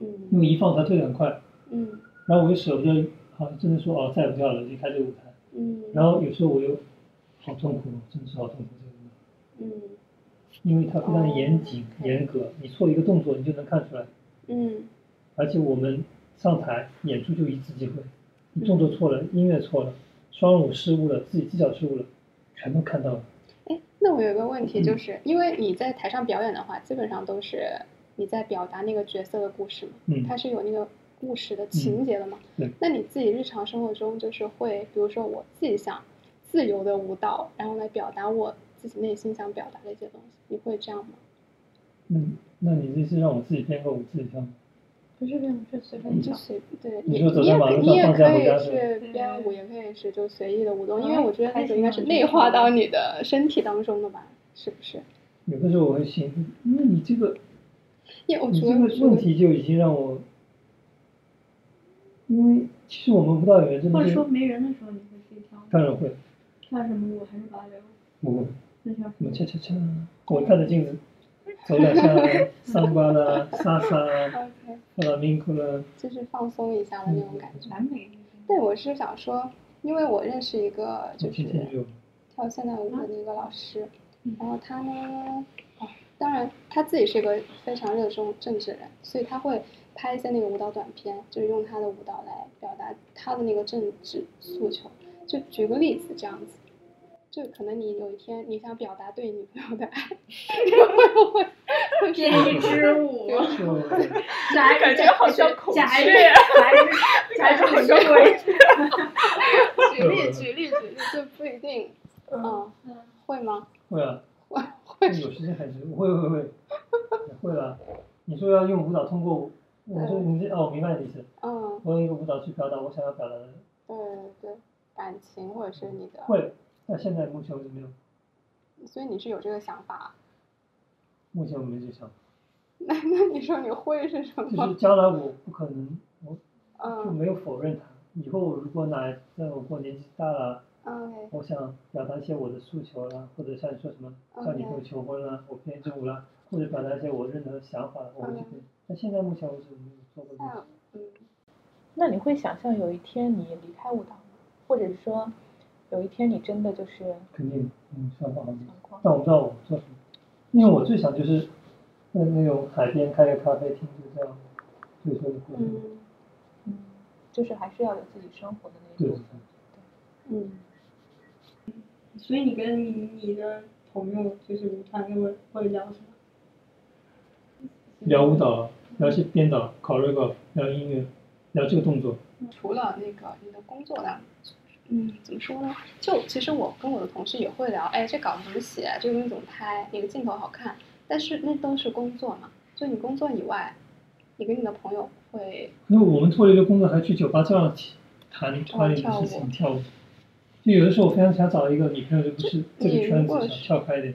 S3: 因
S1: 嗯
S3: 为一放它退得很快，
S1: 嗯
S3: 然后我又舍不得，好像真的说哦，再也不跳了，离开这个舞台。
S1: 嗯，
S3: 然后有时候我又好痛苦，真的是好痛苦这个舞蹈，
S1: 嗯
S3: 因为它非常的严谨、
S1: 哦
S3: 严格，你错一个动作你就能看出来。
S1: 嗯
S3: 而且我们上台演出就一次机会，你动作错了，音乐错了，双舞失误了，自己技巧失误了，全都看到了。
S1: 哎，那我有一个问题，
S3: 嗯
S1: 就是因为你在台上表演的话，基本上都是你在表达那个角色的故事嘛，
S3: 嗯
S1: 它是有那个故事的情节的嘛。
S3: 对
S1: 那你自己日常生活中，就是会，比如说我自己想自由的舞蹈，然后来表达我自己内心想表达的一些东西，你会这样吗？
S3: 那那你这是让我自己编个舞自己跳吗？
S5: 不是这种，是随
S1: 你
S5: 便
S1: 就
S5: 讲。
S1: 随对，
S3: 你
S1: 也
S3: 说走
S1: 你
S3: 在
S1: 也
S3: 马
S1: 可
S3: 路
S1: 你
S3: 上
S1: 也
S3: 放假
S1: 可
S3: 回家
S1: 以
S3: 是
S1: 是
S5: 吧
S1: 编舞，也可以是就随意的舞动，因
S5: 嗯
S1: 为我觉得那
S5: 还
S1: 种应该是
S5: 挺好
S1: 内
S5: 挺
S1: 化
S5: 好
S1: 到
S5: 的
S1: 你的身体当中的吧，是不是？
S3: 有的时候我会想，因为你这个
S1: 也哦我
S3: 你
S1: 觉
S3: 这个
S1: 得
S3: 问题就已经让我，因为其实我们舞蹈演员真
S5: 或
S3: 的
S5: 者说
S3: 是
S5: 没人的时候，你会自己跳吗？
S3: 当然会，
S5: 跳什么舞还是芭蕾舞？
S3: 我
S5: 那跳
S3: 我
S5: 什么
S3: 们？恰恰恰，我看着镜子，走两下啊桑 巴啦、莎莎啦、
S1: OK，
S3: 弗拉明戈啦，
S1: 就是放松一下的那种感
S3: 嗯
S1: 觉。
S5: 完美。
S1: 对，我是想说，因为我认识一个
S3: 我
S1: 就
S3: 天天
S1: 是
S3: 就
S1: 跳现代舞的那个老师
S5: 嗯，
S1: 然后他呢，哦，当然他自己是一个非常热衷政治人，所以他会拍一些那个舞蹈短片，就是用他的舞蹈来表达他的那个政治诉求。就举个例子，这样子，就可能你有一天你想表达对女朋友的爱， 会不会会是
S5: 编一支 舞，
S3: 就
S5: 夹一
S6: 感觉好像孔
S5: 夹一
S6: 雀
S5: 只
S6: 呀
S5: 夹一只夹一只玫瑰。
S1: 举例举例举例，就不一定，嗯，会吗？
S3: 会啊，
S1: 会
S3: 会有时间还是会会会会啦。你说要用舞蹈通过舞，我说你这哦，我明白你的意思。
S1: 嗯，
S3: 我用一个舞蹈去表达我想要表达的，
S1: 对对对，感情或者是你的，
S3: 会，但现在目前为止没有，
S1: 所以你是有这个想法。
S3: 目前我没这想法。
S1: 那那你说你会是什
S3: 就
S1: 么
S3: 是？将来我不可能，我就
S1: 嗯
S3: 没有否认它。以后我如果哪一天我过年纪大了，
S1: ，OK，
S3: 我想表达一些我的诉求啦，或者像你说什么向女朋友求婚啦，我编一支舞啦，或者表达一些我任何想法，我会去编。但现在目前为止我没有做过这个
S1: 那嗯，
S6: 那你会想象有一天你离开舞蹈吗？或者说有一天你真的就是
S3: 肯定，嗯，想法好像。
S6: 想过？
S3: 但我不知道我做什么，因为我最想就是在那种海边开个咖啡厅，就这样，就是这个故事。
S1: 嗯
S6: 嗯，就是还是要有自己生活的那
S3: 对
S6: 一部分。
S1: 嗯，
S5: 所以你跟你你的朋友就是舞团会会聊什么？
S3: 聊舞蹈，聊一些编导、choreograph，聊音乐，聊这个动作。
S1: 除了那个你的工作呢？嗯，怎么说呢？就其实我跟我的同事也会聊，哎，这稿子怎么写？这个东西怎么拍？哪个镜头好看？但是那都是工作嘛，就你工作以外，你跟你的朋友会
S3: 因为我们做了一个工作，还去酒吧这样谈
S1: 哦
S3: 八零的事情，跳舞。就有的时候我非常想找一个女朋友，就不是这个
S1: 你如
S3: 圈
S1: 果
S3: 子，想
S1: 是
S3: 跳开一点。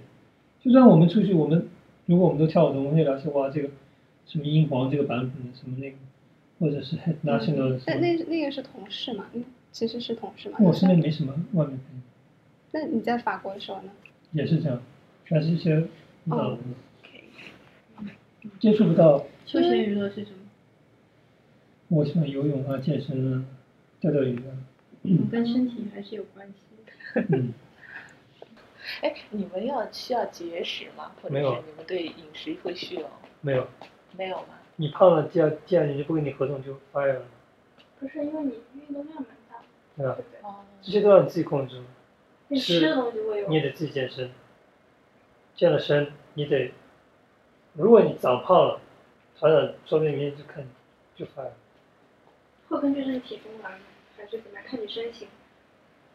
S3: 就算我们出去，我们如果我们都跳舞的，我们会聊些哇，这个什么英皇这个版本的，什么那个或者是 head national 什
S1: 但
S3: 么。
S1: 嗯那那个是同事嘛？嗯，其实是同事嘛？
S3: 我身边没什么外面朋友，
S1: 那你在法国的时候呢？
S3: 也是这样，但是一些老
S1: 哦
S3: 人接触不到。
S5: 休闲娱乐是什么？
S3: 我喜欢游泳啊，健身啊，钓钓鱼啊。
S5: 哦跟身体还是有关系。
S3: 嗯，
S6: 哎，你们要需要节食吗？或者
S3: 没
S6: 是
S3: 有
S6: 你们对饮食会需要？
S3: 没有，
S6: 没有吗？
S3: 你胖了，第二第二年就不跟你合同就哎 fire 了，
S4: 不是因为你运动量蛮大，
S3: 对吧？
S4: 对
S6: 哦，
S3: 这些都要你自己控制，
S4: 你
S3: 是
S4: 吃的东西会有
S3: 你也得自己健身。健了身，你得，如果你长胖了，船长说不定明天就看就 fire，
S4: 会根据这个体重来吗？还是怎么样？看你身形。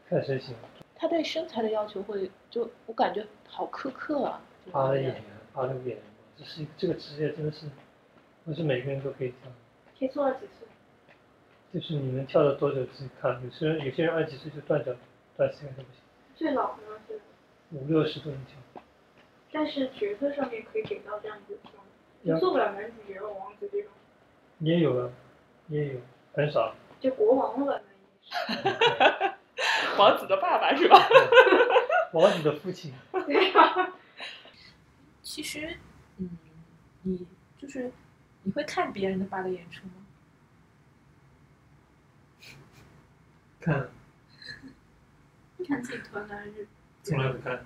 S3: 看身形。
S6: 他对身材的要求会就我感觉好苛刻啊。就是
S3: 八
S6: 这
S3: 的演
S6: 样
S3: 员，八六个演员，这是这个职业真的是，不是每个人都可以跳，
S4: 谁做了几次？
S3: 就是你能跳到多久自己看。有些人有些人二十几岁就断脚，断膝盖都不行，
S4: 最老可能是，
S3: 五六十都能跳。
S4: 但是角色上面可以给到这样子的状态，
S3: 要
S4: 就做不了男主角和王子这种，
S3: 也有啊，也有，很少。
S4: 就国王了吧？应该是
S6: 王子的爸爸是吧？
S3: 王子的父亲，
S2: 其实，嗯，你就是你会看别人的芭蕾演出吗？
S3: 看
S2: 看自己团的还是？
S3: 从来不看，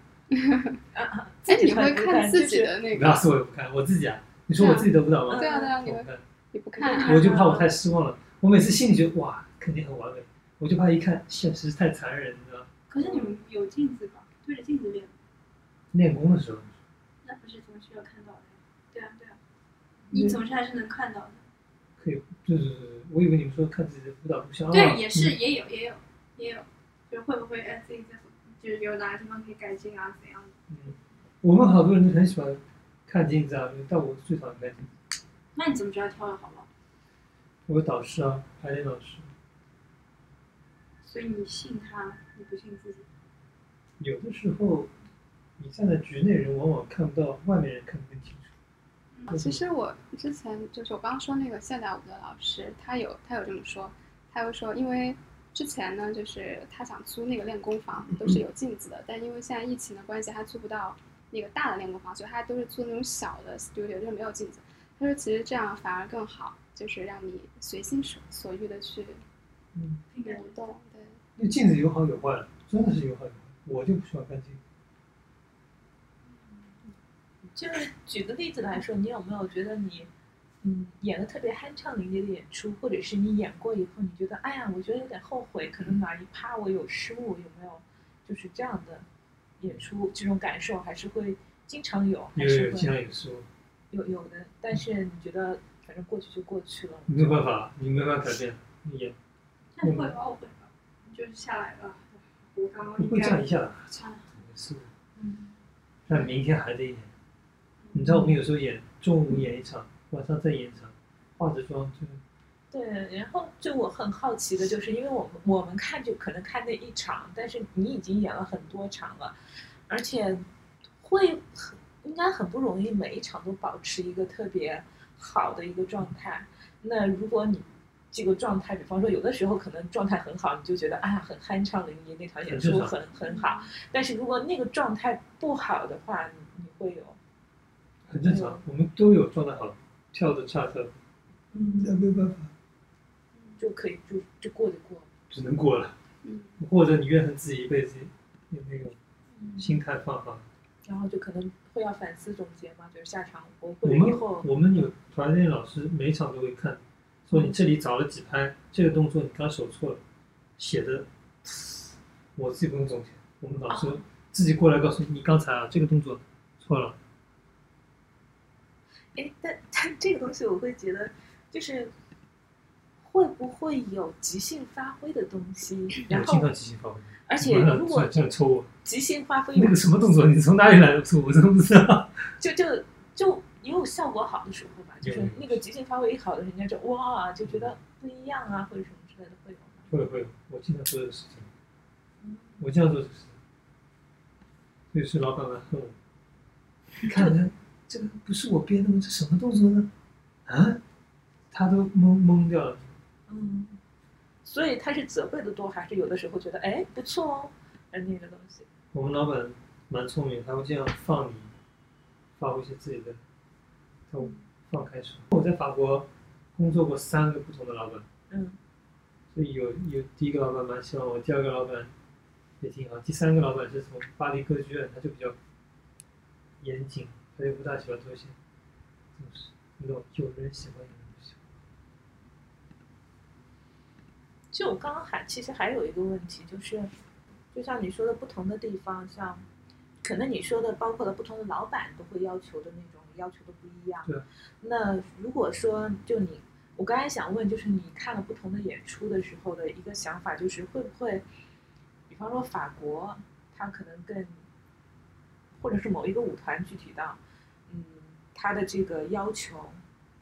S1: 哎，
S2: 自己
S1: 你会
S2: 会不看
S1: 看自己的那
S3: 你不要
S1: 个？
S3: 说我也不看，我自己啊，你说我自己的舞蹈吗？
S1: 对啊对啊，你
S3: 我
S1: 会
S3: 不看，
S1: 你不看啊？
S3: 我就怕我太失望了。我每次心里觉得哇，肯定很完美，我就怕一看现实太残忍，你知道吗？
S7: 可是你们有镜子吧？对着镜子练，
S3: 练功的时候，
S7: 那不是总是要看到的。对啊，对啊，你总是还是能看到的。
S3: 可以，就是我以为你们说看自己的舞蹈录像，啊
S7: 对，也是，也有，也有，也有，就是会不会哎自己在，就是有哪个地方可以改进啊，怎样的？
S3: 嗯，嗯我们好多人很喜欢看镜子啊，但我最讨厌看镜子。
S7: 那你怎么知道跳的好不好？
S3: 我有导师啊，排练老师，
S7: 所以你信他，你不信自己。
S3: 有的时候你站在局内人往往看不到外面人看得更清楚。
S1: 其实我之前就是我刚刚说那个现代舞的老师，他有他有这么说，他又说，因为之前呢，就是他想租那个练功房，都是有镜子的，但因为现在疫情的关系，他租不到那个大的练功房，所以他都是租那种小的 studio，就是没有镜子。他说其实这样反而更好，就是让你随心所所欲的去
S3: 嗯，
S1: 流动。对，
S3: 那镜子有好有坏，真的是有好有坏。我就不喜欢看镜子。
S2: 就是举个例子来说，你有没有觉得你，嗯，演的特别酣畅淋漓的演出，或者是你演过以后，你觉得哎呀，我觉得有点后悔，可能哪一趴我有失误，有没有？就是这样的演出，这种感受还是会经常有，还
S3: 有有
S2: 是
S3: 有，经
S2: 会
S3: 常有失误，
S2: 有有的。但是你觉得反正过去就过去了，
S3: 没有办法，你没办法改变，你也
S7: 但会后悔吧？就是下来了，我刚刚
S3: 不
S7: 应
S3: 会这样
S7: 该
S3: 一下，
S7: 唱。
S3: 有失误。
S2: 嗯，
S3: 但明天还得演。你知道我们有时候演中午演一场，晚上再演一场，化着妆就
S2: 对，然后就我很好奇的就是，因为我们我们看就可能看那一场，但是你已经演了很多场了，而且会很应该很不容易，每一场都保持一个特别好的一个状态。那如果你这个状态，比方说有的时候可能状态很好，你就觉得啊很酣畅淋漓，那场演
S3: 很正
S2: 出
S3: 常
S2: 很很好。但是如果那个状态不好的话，你你会有
S3: 很正常。我们都有状态好，跳的差的，那
S2: 嗯，
S3: 没有办法，
S2: 就可以就就过就过。
S3: 只能过了。
S1: 嗯，
S3: 或者你怨恨自己一辈子，有那个心态放
S2: 嗯
S3: 好。
S2: 然后就可能会要反思总结嘛，就是下场我
S3: 我
S2: 或者以
S3: 们
S2: 后
S3: 我们有团练老师，每一场都会看，说你这里找了几
S2: 嗯
S3: 拍，这个动作你刚手错了，写的，我自己不用总结，我们老师自己过来告诉你，你刚才啊这个动作错了，
S2: 哎，但但这个东西我会觉得，就是会不会有即兴发挥的东西？然
S3: 我经
S2: 后
S3: 常即兴发挥。
S2: 而且
S3: 完了
S2: 如果
S3: 这样抽我，
S2: 即兴发挥有
S3: 那个什么动作，你从哪里来的错？我真的不知道。
S2: 就就就也有效果好的时候吧，就
S3: 有
S2: 是那个即兴发挥好的，人家就哇就觉得不一样啊，或者什么之类的会有吗？
S3: 会会，我经常做这个事情，我经常做这个事情，所以是老板们恨我。你看，这个不是我编的吗？这什么动作呢？啊，他都懵懵掉了。
S2: 嗯，所以他是责备的多，还是有的时候觉得哎不错哦，哎那个东西，
S3: 我们老板蛮聪明，他会这样放你发挥一些自己的，他会放开手。我在法国工作过三个不同的老板，
S2: 嗯
S3: 所以有有第一个老板蛮希望我，第二个老板也挺好，第三个老板是从巴黎歌剧院，他就比较严谨，他就不大喜欢做一些，就是那种有人喜欢有人不喜欢。
S2: 就我刚刚还其实还有一个问题，就是就像你说的不同的地方，像可能你说的包括了不同的老板都会要求的那种要求都不一样。
S3: 对。
S2: 那如果说就你，我刚才想问，就是你看了不同的演出的时候的一个想法，就是会不会，比方说法国，它可能更，或者是某一个舞团具体到，嗯，它的这个要求，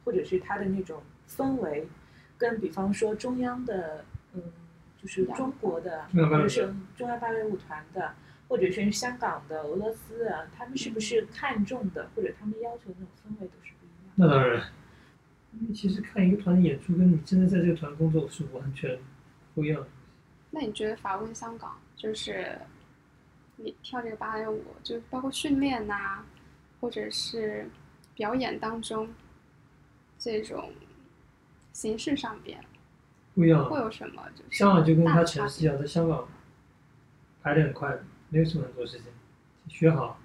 S2: 或者是它的那种氛围，跟比方说中央的，嗯，就是中国的，
S3: 中央芭
S2: 或者
S3: 蕾舞
S2: 是中央芭蕾舞团的，或者是香港的、俄罗斯啊，他们是不是看重的，或者他们要求的那种氛围都是不一样的？
S3: 那当然，因为其实看一个团的演出，跟你真的在这个团工作是完全不一样的。
S1: 那你觉得法国跟香港就是你跳这个芭蕾舞，就是包括训练呐、或者是表演当中这种形式上边
S3: 不一样啊。
S1: 会有什么？就是
S3: 香港就跟
S1: 大
S3: 他
S1: 的
S3: 城
S1: 差
S3: 市一
S1: 别
S3: 样，在香港排得很快的，没有什么很多时间，学好，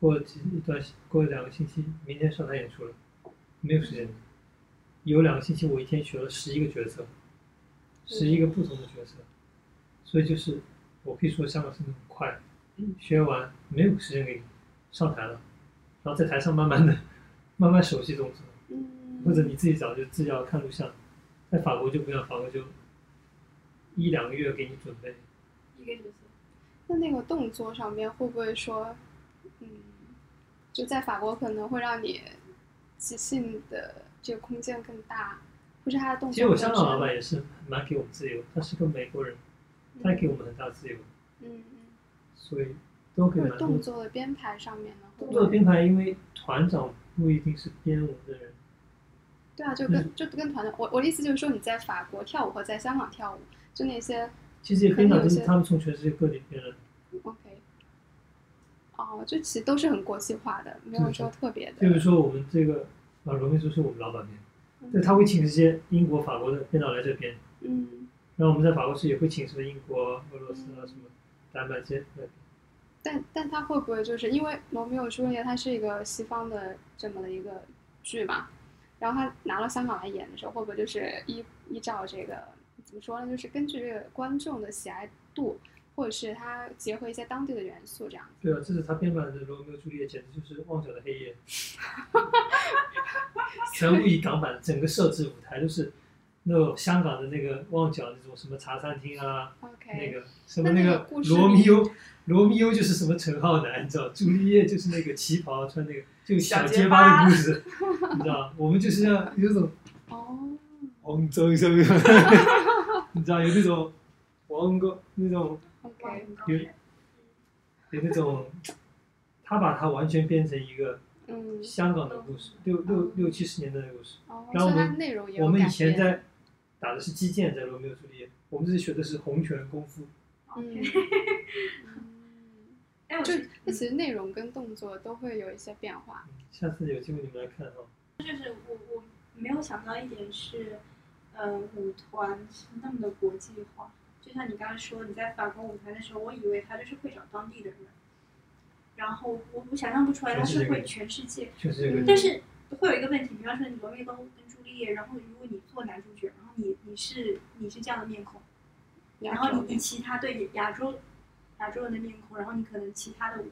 S3: 过几一段时过两个星期，明天上台演出了，没有时间的。有两个星期，我一天学了十一个角
S1: 嗯
S3: 色，十一个不同的角色，所以就是我可以说香港是很快，
S2: 嗯
S3: 学完没有时间给你上台了，然后在台上慢慢的、慢慢熟悉动作，
S1: 嗯，
S3: 或者你自己找就自己要看录像。在法国就不一样，法国就一两个月给你准备，
S7: 一个角色。
S1: 那那个动作上面会不会说，嗯，就在法国可能会让你即兴的这个空间更大，或是他的动
S3: 其实
S1: 作
S3: 我
S1: 本身
S3: 香港老板也是蛮给我们自由，他是个美国人，他给我们很大自由，
S1: 嗯嗯，
S3: 所以都可以
S1: 或者
S3: 蛮
S1: 动
S3: 多。
S1: 作的编排上面呢，会
S3: 动
S1: 不
S3: 作
S1: 会？
S3: 编排，因为团长不一定是编舞的人，
S1: 对啊，就
S3: 嗯
S1: 跟就跟团的，我我的意思就是说你在法国跳舞和在香港跳舞，就那些
S3: 其实也编
S1: 可
S3: 导
S1: 能有
S3: 就
S1: 些
S3: 是他们从全世界各地编的，
S1: OK，哦，就其实都是很国际化的，没
S3: 对
S1: 有
S3: 对
S1: 说特别的，
S3: 比如说我们这个啊，荣秘书是我们老板编，
S1: 嗯
S3: 对，他会请这些英国、法国的编导来这边，
S1: 嗯，
S3: 然后我们在法国是也会请什么英国、俄罗斯啊什么丹麦这些来
S1: 但但他会不会就是因为《罗密欧与朱丽叶》它是一个西方的这么的一个剧嘛，然后他拿到香港来演的时候，会不会就是依依照这个怎么说呢，就是根据这个观众的喜爱度，或者是他结合一些当地的元素这样子？
S3: 对啊，这是他编版的《罗密欧与朱丽叶》，简直就是妄想的黑 夜。全部以港版，整个设置舞台都是那种香港的那个旺角那种什么茶餐厅啊，那
S1: OK，
S3: 个什么
S1: 哎那那个
S3: 个
S1: 故事
S3: 罗
S1: 里
S3: 密欧，罗密欧就是什么陈浩南，你知道？朱丽叶就是那个旗袍穿那个就
S2: 小结
S3: 结巴的故事，你知道？我们就是要有种
S1: 哦，
S3: 红中生， 你知道有那种王哥那种
S1: OK，
S3: 有有那种，他把它完全变成一个
S1: 嗯，
S3: 香港的故事，六六六七十年代的故事。
S1: 哦，
S3: 然后
S1: 所以
S3: 我
S1: 它
S3: 们
S1: 内容也有
S3: 我们以
S1: 改
S3: 前
S1: 变，
S3: 在打的是击剑，在罗密欧朱丽叶，我们这里学的是洪拳功夫。
S1: 嗯，嗯
S7: 哎，我
S1: 就
S7: 觉
S1: 那其实内容跟动作都会有一些变化。
S3: 嗯下次有机会你们来看哈、
S7: 得我我没有想到一点是，呃，舞团是那么的国际化。就像你刚刚说，你在法国舞团的时候，我以为他就是会找当地的人，然后我我想象不出来他是会全世界
S3: 确实有个
S1: 嗯
S7: 但是会有一个问题，比方说你罗密欧跟朱丽叶，然后如果你做男主角，然后你你是你是这样的面孔，然
S1: 亚洲
S7: 后
S1: 的
S7: 你其他对亚洲亚洲人的面孔，然后你可能其他的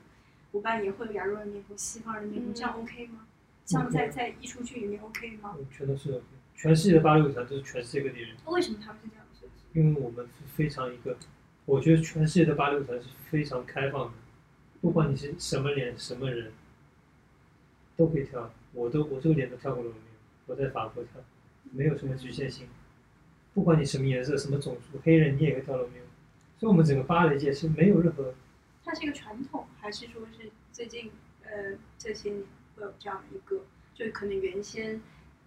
S7: 舞伴也会有亚洲人的面孔、西方人的面孔，
S1: 嗯
S7: 这样 OK 吗？这样在在艺术剧里面 OK 吗？
S3: 全都是全世界的芭蕾舞团都是全世界各地人，
S7: 为什么他们是这样做？
S3: 因为我们是非常一个，我觉得全世界的芭蕾舞团是非常开放的，不管你是什么脸什么人，都可以跳。我都我这个脸都跳过罗密欧，我在法国跳，没有什么局限性。不管你什么颜色、什么种族，黑人你也可以跳罗密欧。所以我们整个芭蕾界是没有任何
S7: 它是一个传统，还是说是最近呃这些年会有这样的一个，就可能原先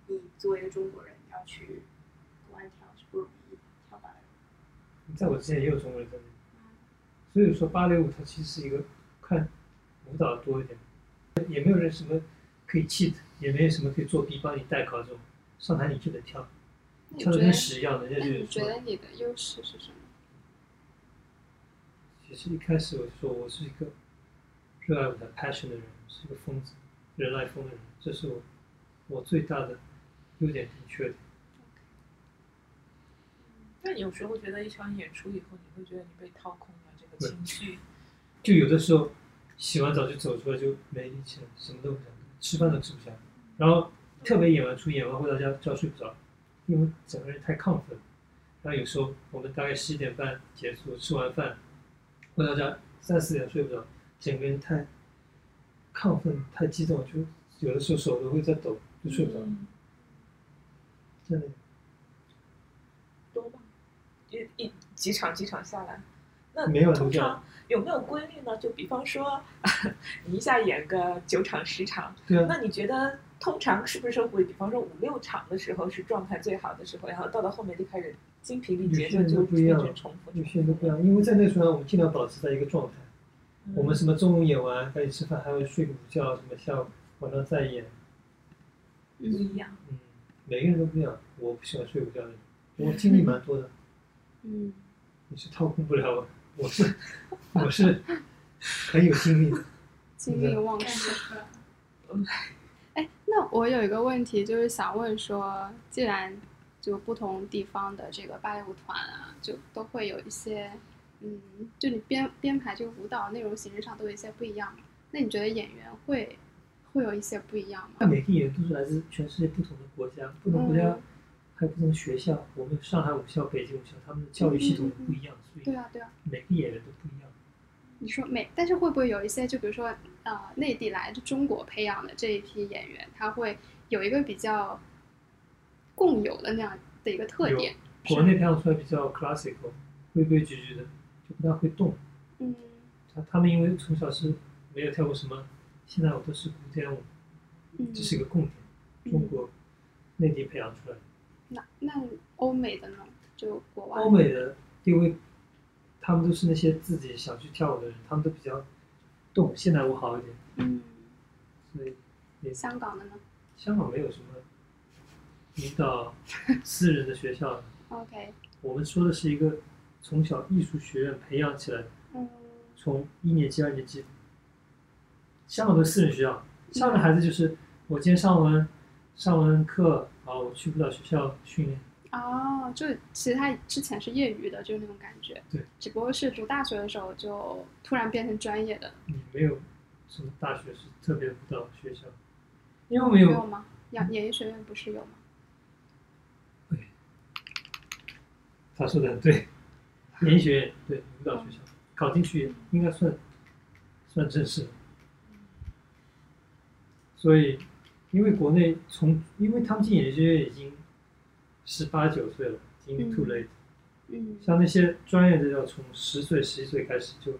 S7: 你作为一个中国人，然跳去国外跳是不容易的，跳芭蕾舞。
S3: 在我之前也有中国人在那里，
S7: 嗯
S3: 所以说芭蕾舞它其实是一个看舞蹈多一点，也没有人什么可以 cheat，也没有什么可以作弊帮你代考这种，上台你就得跳，
S1: 那你
S3: 跳
S1: 觉
S3: 的
S1: 得
S3: 跟？屎一样的，人
S1: 那
S3: 家就是
S1: 你觉
S3: 说。
S1: 得你的优势是什么？
S3: 其实一开始我就说我是一个热爱我的 passion 的人，是一个疯子，人来疯的人，这是我我最大的优点和缺点。
S8: 但有时候觉得一场演出以后，你会觉得你被掏空了，这个
S3: 对
S8: 情绪
S3: 就有的时候洗完澡就走出来就没力气了，什么都不想干，吃饭都吃不下，然后特别演完出演完回到家觉睡不着，因为整个人太亢奋。然后有时候我们大概十一点半结束，吃完饭回到家三四点睡不着，整个人太亢奋、太激动，就有的时候手都会在抖，就睡
S8: 嗯
S3: 不着。
S6: 嗯
S3: 真的，
S8: 多吧，一一几场几场下来，那
S3: 没有人
S8: 通
S3: 这样
S8: 常有没有规律呢？就比方说， 你一下演个九场十场，
S3: 对啊，
S8: 那你觉得通常是不是会，比方说五六场的时候是状态最好的时候，然后到了后面就开始精疲力竭，
S3: 有些
S8: 就
S3: 人
S8: 就
S3: 就不一
S8: 一
S3: 样
S8: 直
S3: 了
S8: 重复。
S3: 有些人都不一样，因为在那时候我们尽量保持在一个状态。
S8: 嗯
S3: 我们什么中午演完赶紧吃饭，还会睡个午觉，什么下午晚上再演。
S8: 不一样，
S3: 嗯，每个人都不一样。我不喜欢睡午觉的人，我精力蛮多的。
S1: 嗯，
S3: 你是掏空不了我，我是我是很有精力的。
S1: 精
S3: 对
S1: 力旺
S7: 感
S1: 盛
S7: 觉。出来。
S1: 哎，那我有一个问题，就是想问说，既然就不同地方的这个芭蕾舞团啊，就都会有一些，嗯，就你编编排这个舞蹈内容形式上都有一些不一样嘛。那你觉得演员会会有一些不一样
S3: 那
S1: 吗？
S3: 每个演员都是来自全世界不同的国家，不同国家
S1: 嗯
S3: 还有不同的学校。我们上海武校、北京武校，他们的教育系统也不一样，所
S1: 对
S3: 以
S1: 啊，对啊。
S3: 每个演员都不一样。
S1: 你说每，但是会不会有一些，就比如说，呃，内地来中国培养的这一批演员，他会有一个比较共有的那样的一个特
S3: 有
S1: 点？
S3: 国内培养出来比较 classical，规规矩矩的，就不大会动。
S1: 嗯
S3: 他他们因为从小是没有跳过什么现代舞，都是古典舞，
S1: 嗯
S3: 这，是一个共点。中国内地培养出来的，
S1: 那那欧美的呢？就国外
S3: 欧美的，因为他们都是那些自己想去跳舞的人，他们都比较动，现代舞好一点，
S1: 嗯，
S3: 所以
S1: 香港的呢
S3: 香港没有什么引导私人的学校。
S1: ？OK，
S3: 我们说的是一个从小艺术学院培养起来的，
S1: 嗯，
S3: 从一年级、二年级，香港的私人学校，香港的孩子就是我今天上完上完课啊，我去舞蹈学校训练，
S1: 哦，就其实他之前是业余的，就是那种感觉，
S3: 对，
S1: 只不过是读大学的时候就突然变成专业的，
S3: 你没有什么大学是特别舞蹈学校，因为没有
S1: 吗？演演艺学院不是有吗？
S3: 他说的很对，演艺学院对舞蹈学校考进去应该算算正式的，所以因为国内从因为他们进演艺学院已经十八九岁了，已经 too late。
S1: 嗯
S3: 像那些专业的要从十岁、十一岁开始就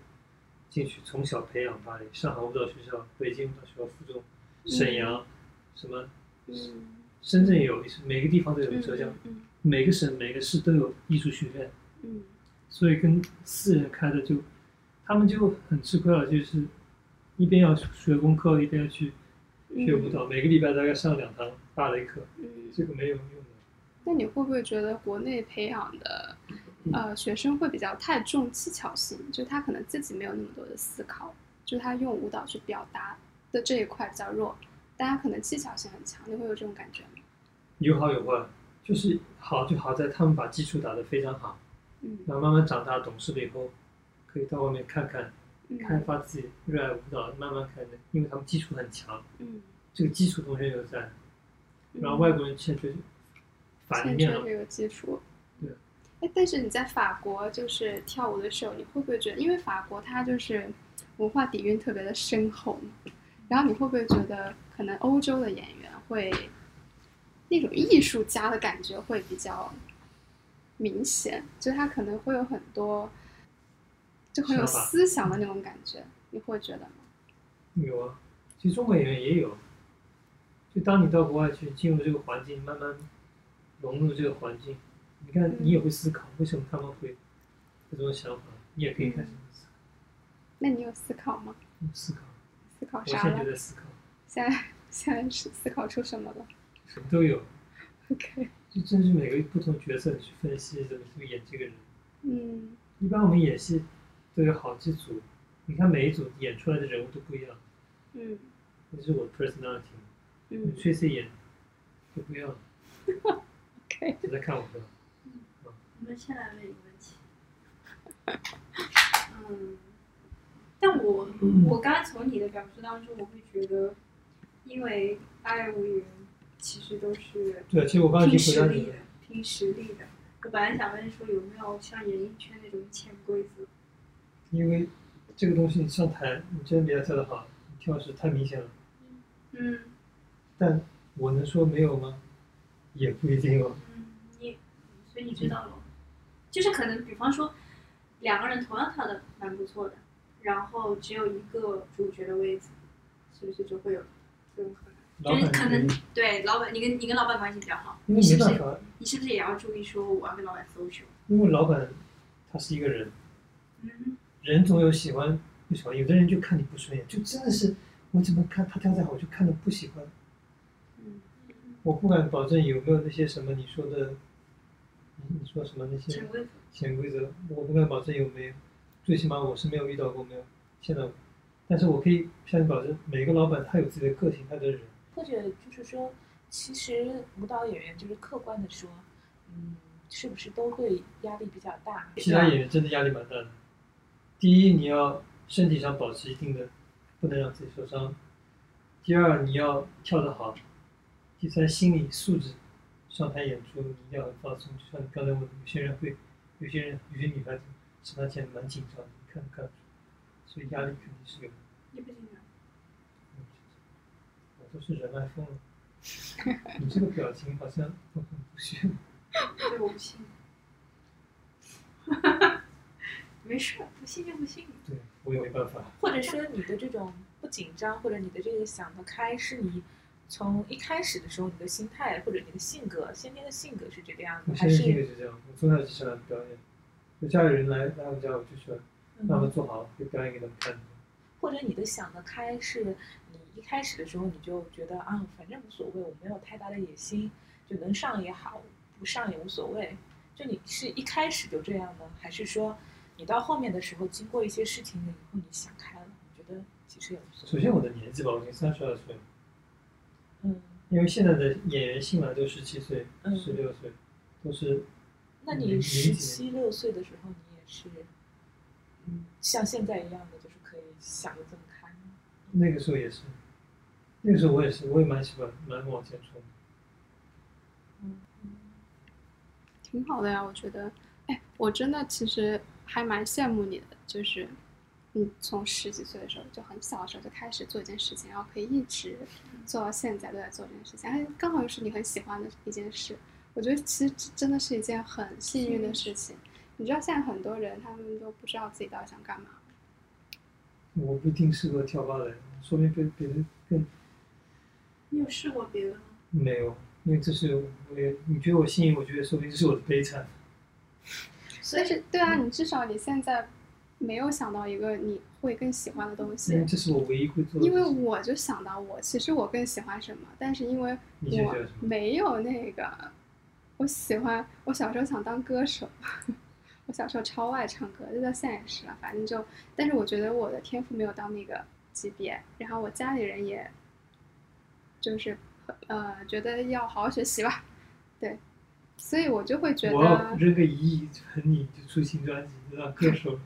S3: 进去，从小培养芭蕾。上海舞蹈学校、北京舞蹈学校附中、沈阳、什么
S1: 嗯，
S3: 深圳有，每个地方都有，浙江、
S1: 嗯
S3: 每个省、每个市都有艺术学院，
S1: 嗯
S3: 所以跟私人开的就他们就很吃亏了，就是一边要学功课，一边要去学舞蹈，每个礼拜大概上两堂芭蕾课，
S1: 嗯
S3: 这个没有用的。
S1: 那你会不会觉得国内培养的呃学生会比较太重技巧性？就他可能自己没有那么多的思考，就他用舞蹈去表达的这一块比较弱，但他可能技巧性很强，你会有这种感觉吗？
S3: 有好有坏，就是好就好在他们把基础打得非常好。
S1: 嗯
S3: 然后慢慢长大懂事了以后，可以到外面看看，开
S1: 嗯
S3: 发自己热爱舞蹈，慢慢开的，因为他们基础很强，
S1: 嗯，
S3: 这个基础同学有在，
S1: 嗯
S3: 然后外国人欠缺反
S1: 欠
S3: 一面
S1: 缺
S3: 了，
S1: 这个基础。
S3: 对。
S1: 哎，但是你在法国就是跳舞的时候，你会不会觉得，因为法国它就是文化底蕴特别的深厚嘛，然后你会不会觉得，可能欧洲的演员会那种艺术家的感觉会比较明显，就是他可能会有很多就很有
S3: 想法
S1: 思想的那种感觉，你会觉得吗？
S3: 有啊，其实中国演员也有，就当你到国外去进入这个环境，慢慢融入这个环境。你看，你也会思考为什么他们会有这种想法，你也可以开始思考
S1: 那你有思考吗？
S3: 思考。
S1: 思考
S3: 我现
S1: 啥
S3: 在就
S1: 了？
S3: 在思考，
S1: 现在现在是思考出什么了
S3: 什么都有，
S1: ？OK，
S3: 就真是每个不同角色去分析怎么去演这个人。
S1: 嗯
S3: 一般我们演戏都有好几组，你看每一组演出来的人物都不一样，
S1: 嗯
S3: 这是我的 personality。
S1: 嗯
S3: 崔 C 演就不一 样，
S1: ，OK，
S3: 就在看我的。
S7: 我们先来问一个问题。嗯，但我我刚才从你的表述当中，我会觉得，因为爱无云其实都是
S3: 对，其实我刚才已
S7: 拼
S3: 经
S7: 实
S3: 回答你
S7: 力
S3: 了
S7: 的。，拼实力的。我本来想问说有没有像演艺圈那种潜规则？
S3: 因为这个东西你上台，你真的比他跳得好，你跳是太明显了。
S7: 嗯
S3: 但我能说没有吗？也不一定哦。
S7: 嗯，你所以你知道了，就是可能比方说两个人同样跳的蛮不错的，然后只有一个主角的位置，是不是就会有这种可
S3: 老
S7: 能？
S3: 板
S7: 就是可
S3: 也不
S7: 能
S3: 一定
S7: 对老板，你跟你跟老板关系比较好，
S3: 因为
S7: 你是
S3: 没
S7: 不
S3: 办
S7: 是
S3: 法，
S7: 你是不是也要注意说我要跟老板 social？
S3: 因为老板他是一个人，
S7: 嗯，
S3: 人总有喜欢不喜欢，有的人就看你不顺眼，就真的是我怎么看他跳再好，我就看的不喜欢。
S7: 嗯，
S3: 我不敢保证有没有那些什么你说的，你你说什么那些
S7: 潜规则，
S3: 潜规则，我不敢保证有没有，最起码我是没有遇到过没有见到过，但是我可以向你保证，每个老板他有自己的个性，他的人，
S2: 或者就是说，其实舞蹈演员就是客观的说，嗯，是不是都会压力比较大？
S3: 其他演员真的压力蛮大的。第一，你要身体上保持一定的，不能让自己受伤；第二，你要跳得好；第三，心理素质，上台演出你一定要很放松。就像你刚才问的，有些人会，有些人有些女孩子上台前蛮紧张的，你看都看得出，所以压力肯定是有的。
S7: 你不紧张？
S3: 我都是人来疯了。你这个表情好像我很不屑。
S7: 对，我不信。 没事儿，不信就不信。
S3: 对我也没办法。
S2: 或者说你的这种不紧张，或者你的这个想得开，是你从一开始的时候你的心态或者你的性格，先天的性格是这个样子，
S3: 我
S2: 还
S3: 现在性格
S2: 是
S3: 就这样，我从小就喜欢表演。有家里人来来我家，我就喜欢
S2: 嗯
S3: 让他们做好，就表演给他们看。
S2: 或者你的想得开是你一开始的时候你就觉得啊，反正无所谓，我没有太大的野心，就能上也好，不上也无所谓。就你是一开始就这样呢，还是说你到后面的时候，经过一些事情了以后，你想开了，你觉得其实也无所
S3: 首
S2: 谓？
S3: 先我的年纪吧，我已经三十二岁了，
S2: 嗯，
S3: 因为现在的演员新来都十七岁、
S2: 嗯
S3: 十六岁，都是
S2: 那
S3: 嗯
S2: 你
S3: 理
S2: 十
S3: 解
S2: 七六岁的时候，你也是，嗯，像现在一样的，就是可以想得这么开吗。
S3: 那个时候也是，那个时候我也是，我也蛮喜欢蛮往前冲的。
S1: 挺好的呀，我觉得。哎，我真的其实还蛮羡慕你的，就是你从十几岁的时候就很小的时候就开始做一件事情，然后可以一直做到现在都在做这件事情，哎，刚好又是你很喜欢的一件事。我觉得其实真的是一件很幸运的事情。你知道现在很多人他们都不知道自己到底想干嘛。
S3: 我不一定适合跳芭蕾，说明别别人更
S7: 你有试过别的吗？
S3: 没有，因为这是我也你觉得我幸运，我觉得说不定是我的悲惨。
S1: 但是对啊，你至少你现在没有想到一个你会更喜欢的东西。
S3: 因为这是我唯一会做的事
S1: 因
S3: 情。
S1: 为我就想到我其实我更喜欢什么，但是因为
S3: 你是
S1: 我
S3: 觉得什么
S1: 没有那个，我喜欢我小时候想当歌手， 我小时候超爱唱歌，这叫现实了，反正就，但是我觉得我的天赋没有到那个级别，然后我家里人也，就是呃觉得要好好学习吧，对，所以我就会觉
S3: 我要
S1: 得，
S3: 扔个一亿盆你就出新专辑，就让歌 手。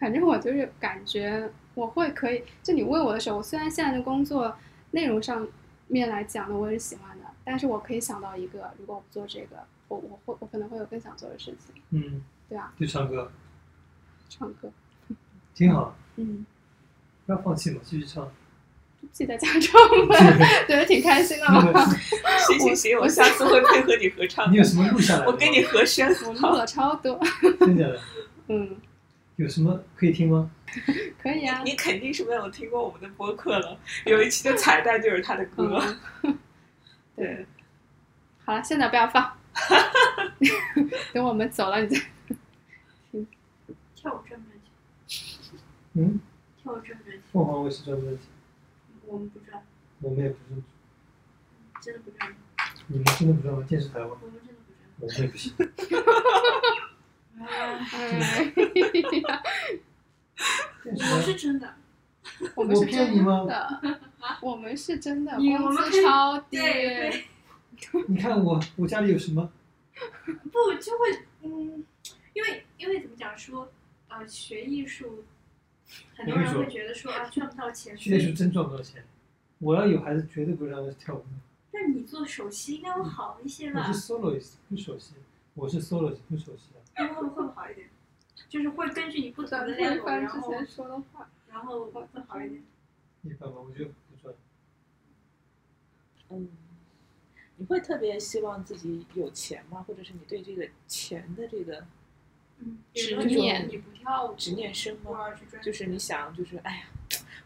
S1: 反正我就是感觉我会可以，就你问我的时候，我虽然现在的工作内容上面来讲呢，我也是喜欢的，但是我可以想到一个，如果我不做这个，我我会我可能会有更想做的事情，
S3: 嗯，
S1: 对啊，
S3: 就唱歌，
S1: 唱歌，
S3: 挺好，
S1: 嗯，
S3: 不要放弃嘛，继 续唱。
S1: 就自己在家唱 呗，觉得挺开心的嘛。
S2: 行行行，我下次会配合你合唱
S3: 你有什么录下来的吗？
S2: 我跟你合声。
S1: 我录了超多，
S3: 真的假的
S1: 嗯，
S3: 有什么可以听吗？
S1: 可以啊，
S2: 你肯定是没有听过我们的播客了，有一期的彩蛋就是他的歌。
S1: 嗯，对，好了，现在不要放，等我们走了，你 再
S7: 跳舞赚不赚钱？
S3: 嗯，
S7: 跳舞赚不赚钱？
S3: 凤凰卫视赚不赚钱？
S7: 我们不赚，
S3: 我们也不是，
S7: 真的不赚，
S3: 你们真的不知道吗？电视台吗？
S7: 我们真的
S3: 我
S7: 不赚。
S3: 们也不 行。
S1: 哎，
S3: 电视
S7: 我
S3: 台
S7: 是真的，
S1: 我们是
S3: 我骗你
S1: 真
S3: 吗
S1: 的，我们是真的，
S7: 你我
S1: 工
S7: 们可
S1: 资
S7: 以
S1: 超低，
S7: 对对，
S3: 你看我，我家里有什么？
S7: 不就会嗯，因为因为怎么讲说，呃，学艺术，呃很多人会觉得说啊赚不到钱，所
S3: 学
S7: 以
S3: 术真赚不到钱。我要有孩子，绝对不让他跳舞。
S7: 那你做首席应该会好一些
S3: 我
S7: 吧
S3: 是？soloist，不熟悉。我是 soloist，不熟悉的。
S7: 会不会好一点？就是会根据你不同
S1: 咱
S7: 的
S1: 们
S7: level，
S1: 翻
S7: 然
S1: 之
S7: 后
S1: 前说的话，
S7: 然后会好一点。
S3: 一般吧，我觉得不赚。
S8: 嗯，你会特别希望自己有钱吗？或者是你对这个钱的这个
S7: 嗯，
S8: 是
S7: 比如说
S8: 这
S1: 种
S7: 你不跳舞，
S8: 执念深
S7: 不
S8: 吗？
S7: 玩去赚，
S8: 就是你想，就是哎呀，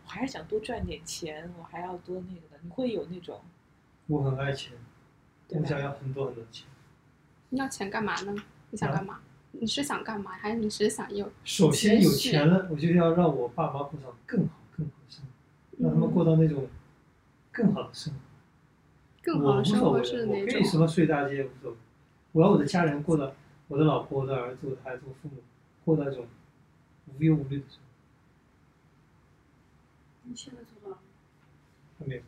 S8: 我还是想多赚点钱，我还要多那个的，你会有那种
S3: 我很爱钱，
S8: 对
S3: 我
S1: 啊
S8: 吧
S3: 想要很多很多钱。
S1: 你要钱干嘛呢？你想干嘛？你是想干嘛？还是你只是想有？
S3: 首先有钱了，我就要让我爸妈过上更好、更好的生活，让他
S1: 嗯
S3: 们过到那种更好的生活。
S1: 更好
S3: 我
S1: 的
S3: 无
S1: 生
S3: 所
S1: 活
S3: 谓，
S1: 是
S3: 我
S1: 哪
S3: 可以什
S1: 种？
S3: 么睡大街无所谓，我要我的家人过得，我的老婆、我的儿子、我的孩子、我父母过那种无忧无虑的生活。
S7: 你现在做到了。
S3: 看没有？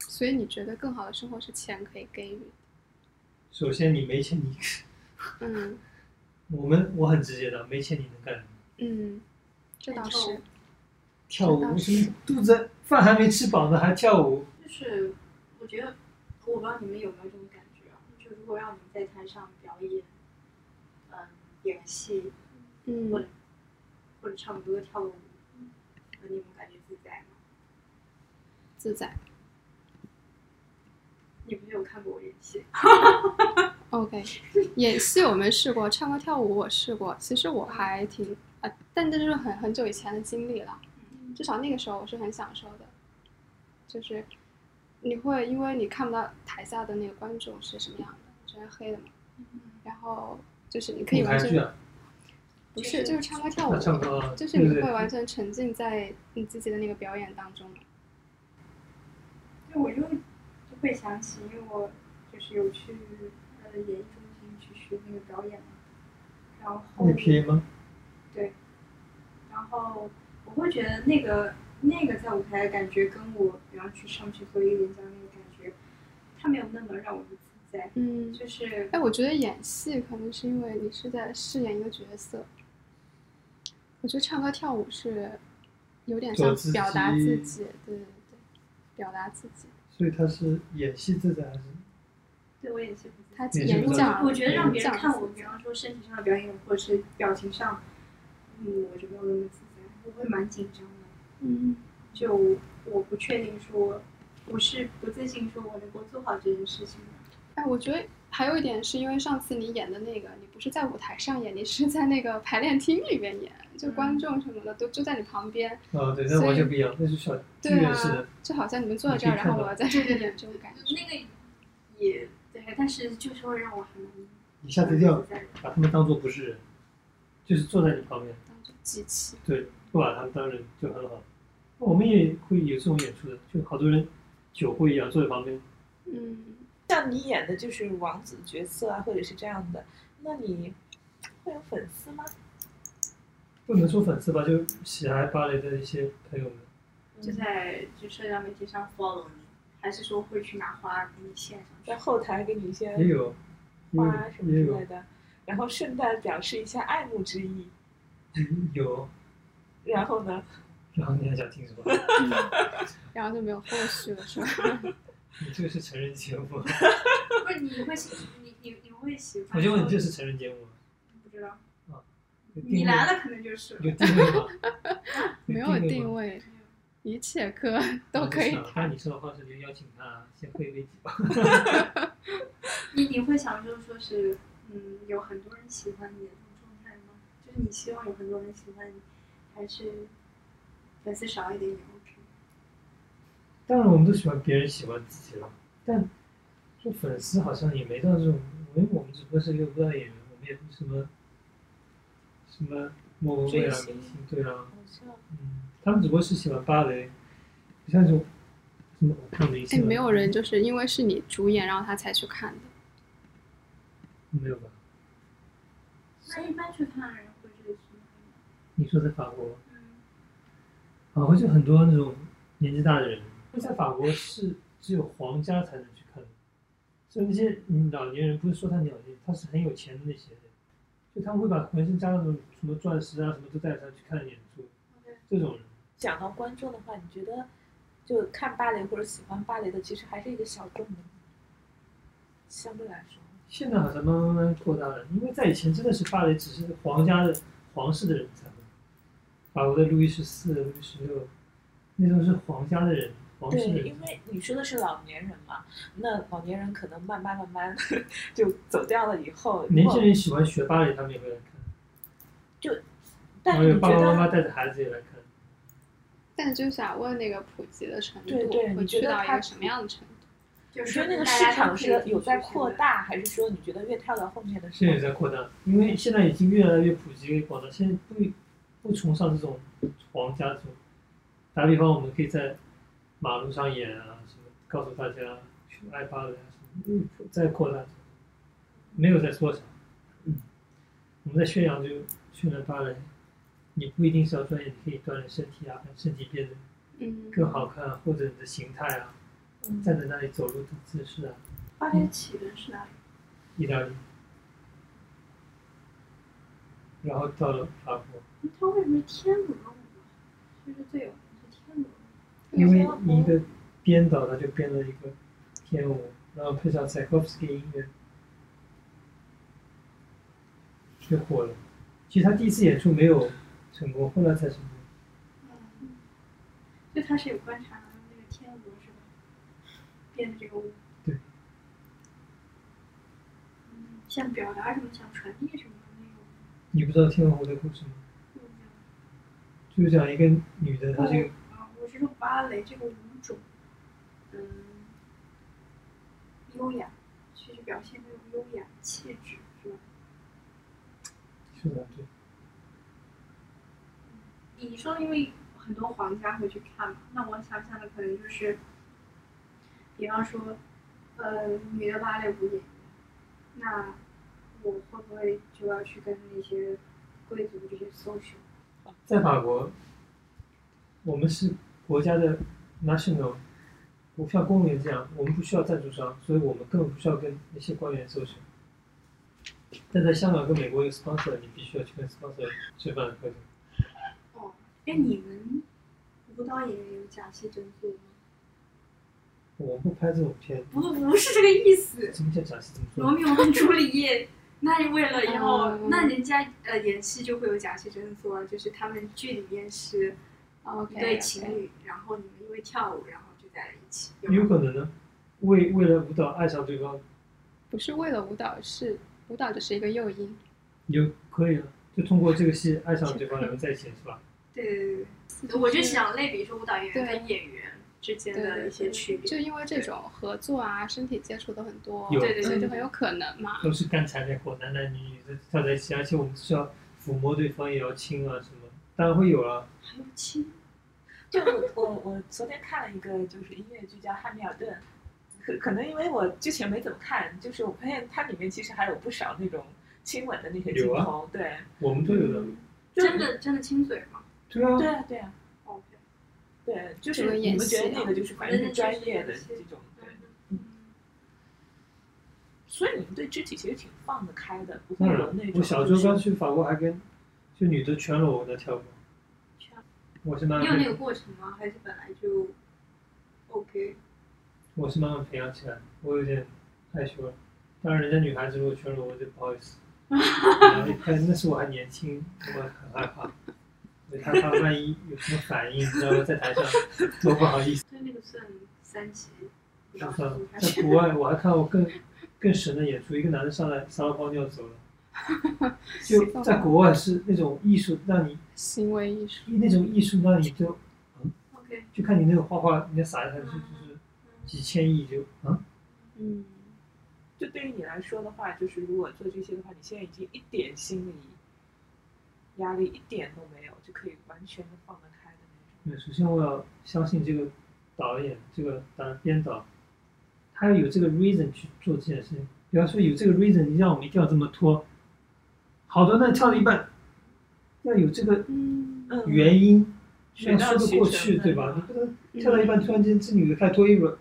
S1: 所以你觉得更好的生活是钱可以给予？
S3: 首先你没钱你，
S1: 嗯
S3: 我们我很直接的，没钱你能干什么？
S1: 嗯，这倒是。
S3: 跳舞
S1: 这倒？是
S3: 什么肚子饭还没吃饱呢，还跳舞？
S7: 就是我觉得，我不知道你们有没有这种感觉啊，就如果让你在台上表演，嗯，演戏或
S1: 嗯
S7: 者，或者唱歌跳个舞，呃你们感觉自在吗？
S1: 自在。
S7: 你们有看过我演戏？
S1: OK，演戏我没试过，唱歌跳舞我试过。其实我还挺啊、但这就是很很久以前的经历了，至少那个时候我是很享受的。就是你会因为你看不到台下的那个观众是什么样的，全是黑的嘛，然后就是你可以
S3: 舞台
S1: 完
S3: 剧
S1: 全
S3: 啊，
S1: 不是就是唱歌跳舞
S3: 那，唱歌啊，
S1: 就是
S3: 对
S1: 你
S3: 不对
S1: 会完全沉浸在你自己的那个表演当中嘛。
S7: 对，我就就会想起，因为我就是有去呃演艺中心去学那个表演嘛，然
S1: 嗯
S7: 后
S3: 你便宜吗？
S7: 然后我会觉得那个那个在舞台的感觉，跟我比方去上去做一个演讲那个感觉，它没有那么让我不自在，
S1: 嗯，
S7: 就是
S1: 哎，我觉得演戏可能是因为你是在饰演一个角色。我觉得唱歌跳舞是有点
S3: 做
S1: 像
S3: 自
S1: 表达自
S3: 己
S1: 己，对对对，表达自己。
S3: 所以他是演戏自在还是？
S7: 对我演戏不自在。
S1: 他
S3: 也
S1: 演
S3: 是不
S1: 讲，
S7: 我觉得让
S1: 演
S7: 别人
S1: 讲
S7: 看
S1: 自
S7: 我，
S1: 己
S7: 比方说身体上的表演，或者是表情上，嗯，我就没有那么自在，我会蛮紧张的。
S1: 嗯，
S7: 就我不确定说，我是不自信说我能够做好这件事情的。
S1: 哎，我觉得还有一点是因为上次你演的那个，你不是在舞台上演，你是在那个排练厅里面演，就观众什么的都就在你旁边，
S3: 啊，对，
S1: 所
S3: 那
S1: 以
S3: 完全不一样，那是小剧
S1: 对
S3: 院式的
S1: 啊。，就好像你们坐在
S3: 你
S1: 这儿，
S3: 可以
S1: 然
S3: 看
S1: 后
S3: 到
S1: 我在这里演这种感觉。
S7: 那个也对，但是就是会让我很难
S3: 一下子掉
S7: 自，在
S3: 把他们当做不是人，就是坐在你旁边，
S1: 当做机器，
S3: 对，不把他们当人就很好。我们也会有这种演出的，就好多人酒会一样坐在旁边，
S1: 嗯。
S8: 像你演的就是王子角色啊，或者是这样的，那你会有粉丝吗？
S3: 不能说粉丝吧，就喜爱芭蕾的一些朋友们，
S7: 就在就社交媒体上 follow 你，还是说会去拿花给你献上
S8: 在
S7: 去？
S8: 后台给你一些
S3: 也有，
S8: 花啊什么
S3: 也
S8: 之
S3: 有
S8: 类的，然后顺带表示一下爱慕之意。
S3: 也有有，
S8: 然后呢，
S3: 然后你还想听什么？
S1: 然后就没有后续了，是吧？
S3: 你这个是成人节目，
S7: 不是你会喜你你你会喜欢？
S3: 我就问你这是成人节目吗？
S7: 不知道，
S3: 有定位
S7: 你来了可能就是
S3: 有定位吗？
S1: 没有定
S3: 吗。啊
S1: 位，一切 课都可以
S3: 那就想
S1: 谈
S3: 按。你说的方式就邀请他先会一会几吧。
S7: 你你会享受说是嗯有很多人喜欢你的这种状态吗？就是你希望有很多人喜欢你，还是粉丝少一点也 OK？
S3: 当然，我们都喜欢别人喜欢自己了，但做粉丝好像也没到这种，因为我们只不过是一个舞蹈演员，我们也不是什么什么莫文蔚啊
S8: 追星
S3: 明星，对啊，
S8: 好像
S3: 嗯，他们只不过是喜欢芭蕾，不像这种什么偶像明
S1: 哎，
S3: 星啊，
S1: 没有人就是因为是你主演，然后他才去看的。
S3: 没有吧？
S7: 那一般去看的人会是什么？
S3: 你说在法国，啊
S7: 嗯，
S3: 法国就很多那种年纪大的人，在法国是只有皇家才能去看的，所以那些嗯老年人不是说他老年，他是很有钱的那些人，就他们会把浑身加那种什么钻石啊什么都带上去看演出，
S8: 嗯
S3: 这种人。
S8: 讲到观众的话，你觉得就看芭蕾或者喜欢芭蕾的，其实还是一个小众的，相对来说，
S3: 现在好像慢慢慢慢扩大了，因为在以前真的是芭蕾只是皇家的皇室的人才会，法国的路易十四、路易十六，那时候是皇家的人，皇室的
S8: 对，
S3: 人
S8: 因。为你说的是老年人嘛，那老年人可能慢慢慢慢 就走掉了以后，
S3: 年
S8: 后
S3: 轻人喜欢学芭蕾，他们也会来看，
S8: 但
S3: 然后
S8: 是你
S3: 有呃爸
S8: 觉
S3: 爸妈
S8: 得
S3: 妈带着孩子也来看。
S1: 但是就想问那个普及的程
S8: 对
S1: 度
S8: 对你
S1: 会
S8: 觉
S1: 去
S8: 得
S1: 到一
S8: 它
S1: 个什么样的程度？
S7: 就
S8: 你
S7: 是
S8: 说那个
S7: 大
S8: 市
S7: 家都
S8: 场
S7: 可以
S8: 是有
S7: 进
S8: 在
S7: 去
S8: 扩
S7: 的，
S8: 大，还是说你觉得越跳到后面的时
S3: 现在
S8: 候
S3: 也在扩大，因为现在已经越来越普及、越广大。现在不不崇尚这种皇家这种。打比方，我们可以在马路上演啊，什么告诉大家去爱芭蕾啊什么，嗯，在扩大，没有在缩小。嗯，我们在宣扬就宣传芭蕾，你不一定是要专业，你可以锻炼身体啊，让身体变得
S1: 嗯，
S3: 更好看啊，或者你的形态啊，站在那里走路的姿势啊，
S7: 芭蕾起源是哪里？
S3: 意大利，然后到了法国。
S7: 那它为什么是天鹅舞？就是最有名是天鹅舞。
S3: 因为一个编导他就编了一个天舞，然后配上柴可夫斯基音乐，就火了。其实他第一次演出没有成功，后来才成功。
S7: 嗯，就他是有观察那个天鹅是吧？编的这个舞。
S3: 对。
S7: 嗯，想表达什么，想传递什么的那种。
S3: 你不知道天鹅湖的故事吗？
S7: 有没
S3: 就
S7: 有
S3: 是讲一个女的，她就
S7: 啊，我是说芭蕾这个舞种，嗯，优雅，去表现那种优雅气质，是吧？
S3: 是的，对，
S7: 你说，因为很多皇家会去看嘛，那我想象的可能就是，比方说，呃，女的芭蕾舞演员，那我会不会就要去跟那些贵族这些 social？
S3: 在法国，我们是国家的 national，不像公务员这样，我们不需要赞助商，所以我们根本不需要跟那些官员收钱。但在香港跟美国有 sponsor，你必须要去跟 sponsor 吃饭喝酒。
S7: 哦，哎，你们舞蹈演员有假戏真做吗？
S3: 我不拍这种片，
S7: 不，不是这个意思。
S3: 怎么讲讲是怎么
S7: 罗
S3: 说？
S7: 密欧跟朱丽 叶，那为了要、
S1: 嗯
S7: 那人家呃演戏就会有假戏真做，就是他们剧里面是一
S1: OK，
S7: 对情侣然后你们因为跳舞，然后就在了一起。有
S3: 有
S7: 吗
S3: 可能呢，为为了舞蹈爱上对方，
S1: 不是为了舞蹈，是舞蹈只是一个诱因。
S3: 有可以啊，就通过这个戏爱上对方，然后在一起是吧？
S7: 对对对对，我就想类比说舞蹈演员
S1: 对
S7: 跟演员之间
S1: 对
S7: 的
S1: 对
S7: 一些
S1: 对
S7: 区别。
S1: 就因为这种合作啊、身体接触都很多，
S3: 有嗯
S7: 对对
S1: 所
S7: 对
S1: 以就很有可能嘛。
S3: 都是干柴烈火，男男女女的跳在一起，而且我们是要抚摸对方，也要亲啊什么，当然会有啊。
S7: 还有亲，
S8: 就我我我昨天看了一个就是音乐剧叫《汉密尔顿》，可可能因为我之前没怎么看，就是我发现它里面其实还有不少那种亲吻的那些镜
S3: 有啊
S8: 头，对
S3: 我们都有的，
S8: 就
S7: 真的真的亲嘴吗
S3: 对啊，
S8: 对啊对啊
S7: ？OK，
S8: 对，就
S1: 这
S8: 是
S1: 个
S8: 你
S1: 演
S8: 们觉得
S1: 戏啊
S8: 那个就是反正是专业的这种，对，
S7: 嗯，
S8: 所以你们对肢体其实挺放得开的，不会
S3: 当
S8: 有
S2: 啊
S3: 然
S8: 那，种
S3: 嗯我小时候
S8: 就
S3: 刚
S8: 是
S3: 去法国还跟就女的全裸我在跳舞，我是慢
S7: 你有
S3: 慢
S7: 那
S3: 培
S7: 个过程吗？还是本来就 OK？
S3: 我是慢慢培养起来，我有点害羞了。当然，人家女孩子如果全裸，我就不好意思。然后一看那时我还年轻，我很害怕，我害怕万一有什么反应，你知道吗？在台上多不好意思。
S7: 所以那个算三级，不知
S3: 就
S7: 道
S3: 算了
S7: 还 是
S3: 在国外我还看过更更神的演出，一个男的上来撒了泡尿走了。就在国外是那种艺术，让你
S1: 行为艺术，
S3: 那种艺术让你就
S7: OK，
S3: 就看你那个画画，人家撒一下去就是
S7: 嗯
S3: 几千亿就啊，
S1: 嗯，
S8: 对于你来说的话，就是如果做这些的话，你现在已经一点心理压力一点都没有，就可以完全的放得开的那种。
S3: 对，首先我要相信这个导演，这个当然编导，他要有这个 reason 去做这件事情。比方说有这个 reason，你让我们一定要这么拖，好多呢跳了一半，要有这个
S1: 嗯，
S8: 嗯，
S3: 原因，
S8: 水
S3: 要
S8: 到
S3: 说得
S8: 渠
S3: 过
S8: 成
S3: 去，
S8: 的
S3: 对吧？你不能
S7: 嗯
S3: 跳到一半突然间这女的开始脱衣服了，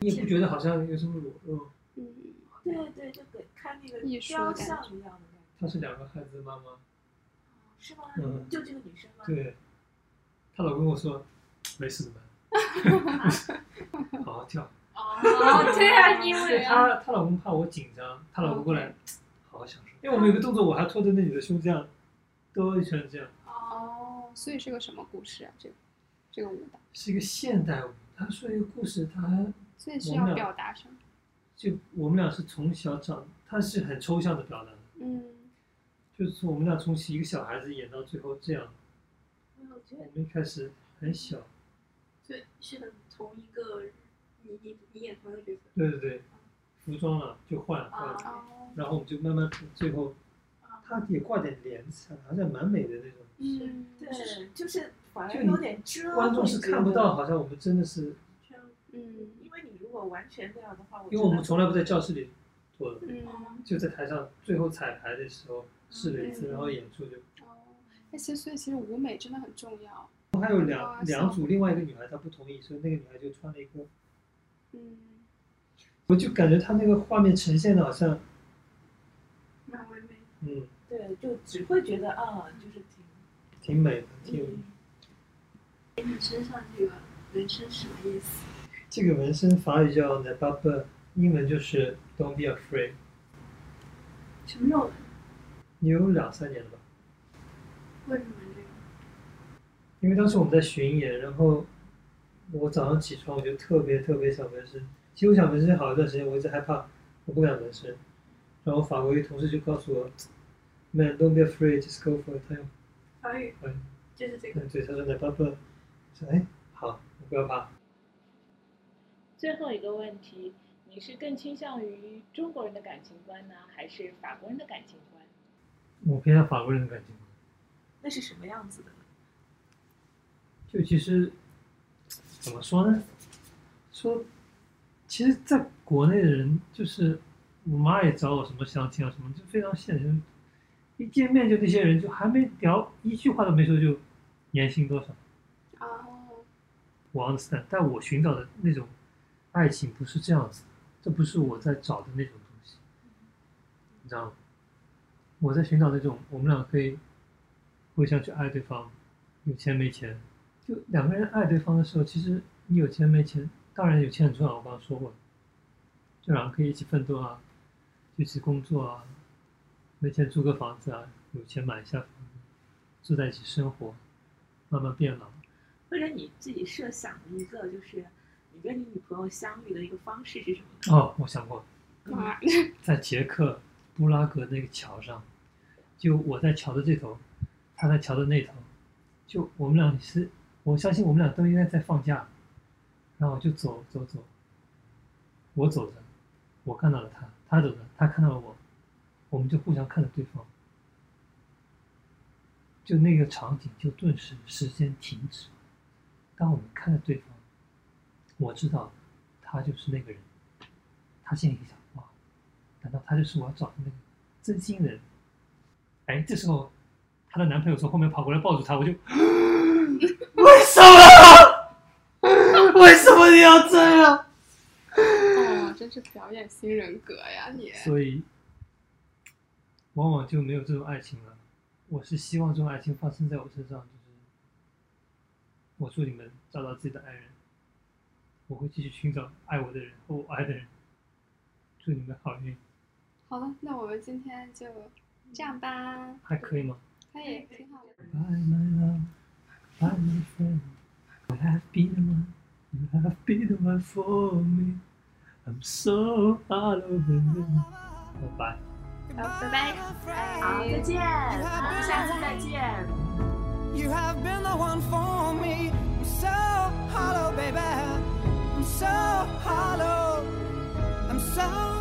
S3: 你也不觉得好像有什么裸露。
S1: 嗯，
S8: 对对，就给看那个
S1: 艺术
S8: 雕
S1: 感
S8: 像一样的感觉，
S3: 她是两个孩子的妈妈，
S8: 是吗？
S3: 嗯
S8: 就这个女生吗？
S3: 对，她老公跟我说没事的嘛， 好好跳。
S7: 哦，对啊，因
S3: 对
S7: 为
S3: 她她老公怕我紧张，她老公过来好好享受，因为我们有个动作，我还拖着那女的胸这样兜一圈这样。
S7: 哦，
S1: 所以是个什么故事啊？这个这个舞蹈，
S3: 是一个现代舞。他说一个故事，他
S1: 所以是
S3: 我们
S1: 要
S3: 俩
S1: 表达什么？
S3: 就我们俩是从小长，他是很抽象的表达的，
S1: 嗯，
S3: 就是从我们俩从一个小孩子演到最后这样。
S8: 嗯我觉
S3: 我
S8: 得
S3: 们一开始很小，
S7: 对，是很同一个你你你演同一个角色
S3: 对对对，服装了就换了换了，
S7: 啊，
S1: 哦，
S3: 然后我们就慢慢最后，他也挂点帘子，啊好像蛮美的那种。
S1: 嗯，
S8: 对，就是反
S3: 就
S8: 而
S3: 你
S8: 有点
S2: 啊
S8: 遮，
S3: 观众是看不到，。好像我们真的是，
S1: 嗯
S8: 因为你如果完全那样的话，
S3: 因为我们
S8: 觉得
S3: 从来不在教室里做的，
S1: 嗯，
S3: 就在台上最后彩排的时候试了一次，然后演出就
S1: 哦，那其实所以其实舞美真的很重要。啊
S3: 还有
S1: 哇
S3: 两
S1: 塞
S3: 两组，另外一个女孩她不同意，所以那个女孩就穿了一个，
S1: 嗯，
S3: 我就感觉她那个画面呈现的好像，
S7: 蛮唯美。
S3: 嗯，
S8: 对，就只会觉得啊，就是挺
S3: 挺美的，挺有。
S7: 哎人生什么意思？
S3: 这个纹身法语叫 n e b a b 英文就是 Don't be afraid。
S7: 什么肉？
S3: 你有两三年了吧？
S7: 为什么这个？
S3: 因为当时我们在巡演，然后我早上起床我就特别特别想纹身。其实我想纹身好一段时间，我一直害怕，我不敢纹身。然后法国一同事就告诉我，Man, don't be afraid, just go for it。他用
S7: 法语
S3: 法语，
S7: 就是这个。
S3: 嗯，对，他说 n e b a b 说哎，好，我不要怕。
S9: 最后一个问题，你是更倾向于中国人的感情观呢，还是法国人的感情观？
S3: 我偏向法国人的感情观。
S8: 那是什么样子的呢？
S3: 就其实怎么说呢？说，其实在国内的人，就是我妈也找我什么相亲啊什么，就非常现实。一见面就那些人，就还没聊一句话都没说，就年薪多少，
S1: 哦，
S3: 我 understand。但我寻找的那种爱情不是这样子，这不是我在找的那种东西，你知道吗？我在寻找那种我们俩可以互相去爱对方，有钱没钱，就两个人爱对方的时候，其实你有钱没钱，当然有钱很重要，我刚刚说过了，就两个可以一起奋斗啊，一起工作啊，没钱租个房子啊，有钱买一下房子，住在一起生活，慢慢变老。
S8: 或者你自己设想的一个，就是你跟你女朋友相遇的一个方式是什么呢？
S3: 哦，我想过，
S1: 哇，
S3: 在捷克布拉格那个桥上，就我在桥的这头，他在桥的那头，就我们俩是，我相信我们俩都应该在放假，然后我就走走走，我走着，我看到了他，他走着，他看到了我，我们就互相看着对方，就那个场景就顿时时间停止，当我们看着对方，我知道他就是那个人，他心里想哇。难道他就是我要找的那个真心人？哎，这时候她的男朋友从后面跑过来抱住她，我就为什么？为什么你要这样？
S1: 哦，真是表演新人格呀，你。
S3: 所以往往就没有这种爱情了。我是希望这种爱情发生在我身上，就是我祝你们找到自己的爱人，我会继续寻找爱我的人和我爱的人，祝你们好运，
S1: 好了，那我们今天就这样吧。
S3: 还可以吗？
S1: 可以，挺好的。
S3: By my love, by my friend, you have been the one, you have been the one for me. I'm so out of it. Bye.
S1: 好，拜拜。
S2: 好，再见，我们下次再见。
S10: You have been the one for me. I'm so hollow, baby. I'm so hollow. I'm so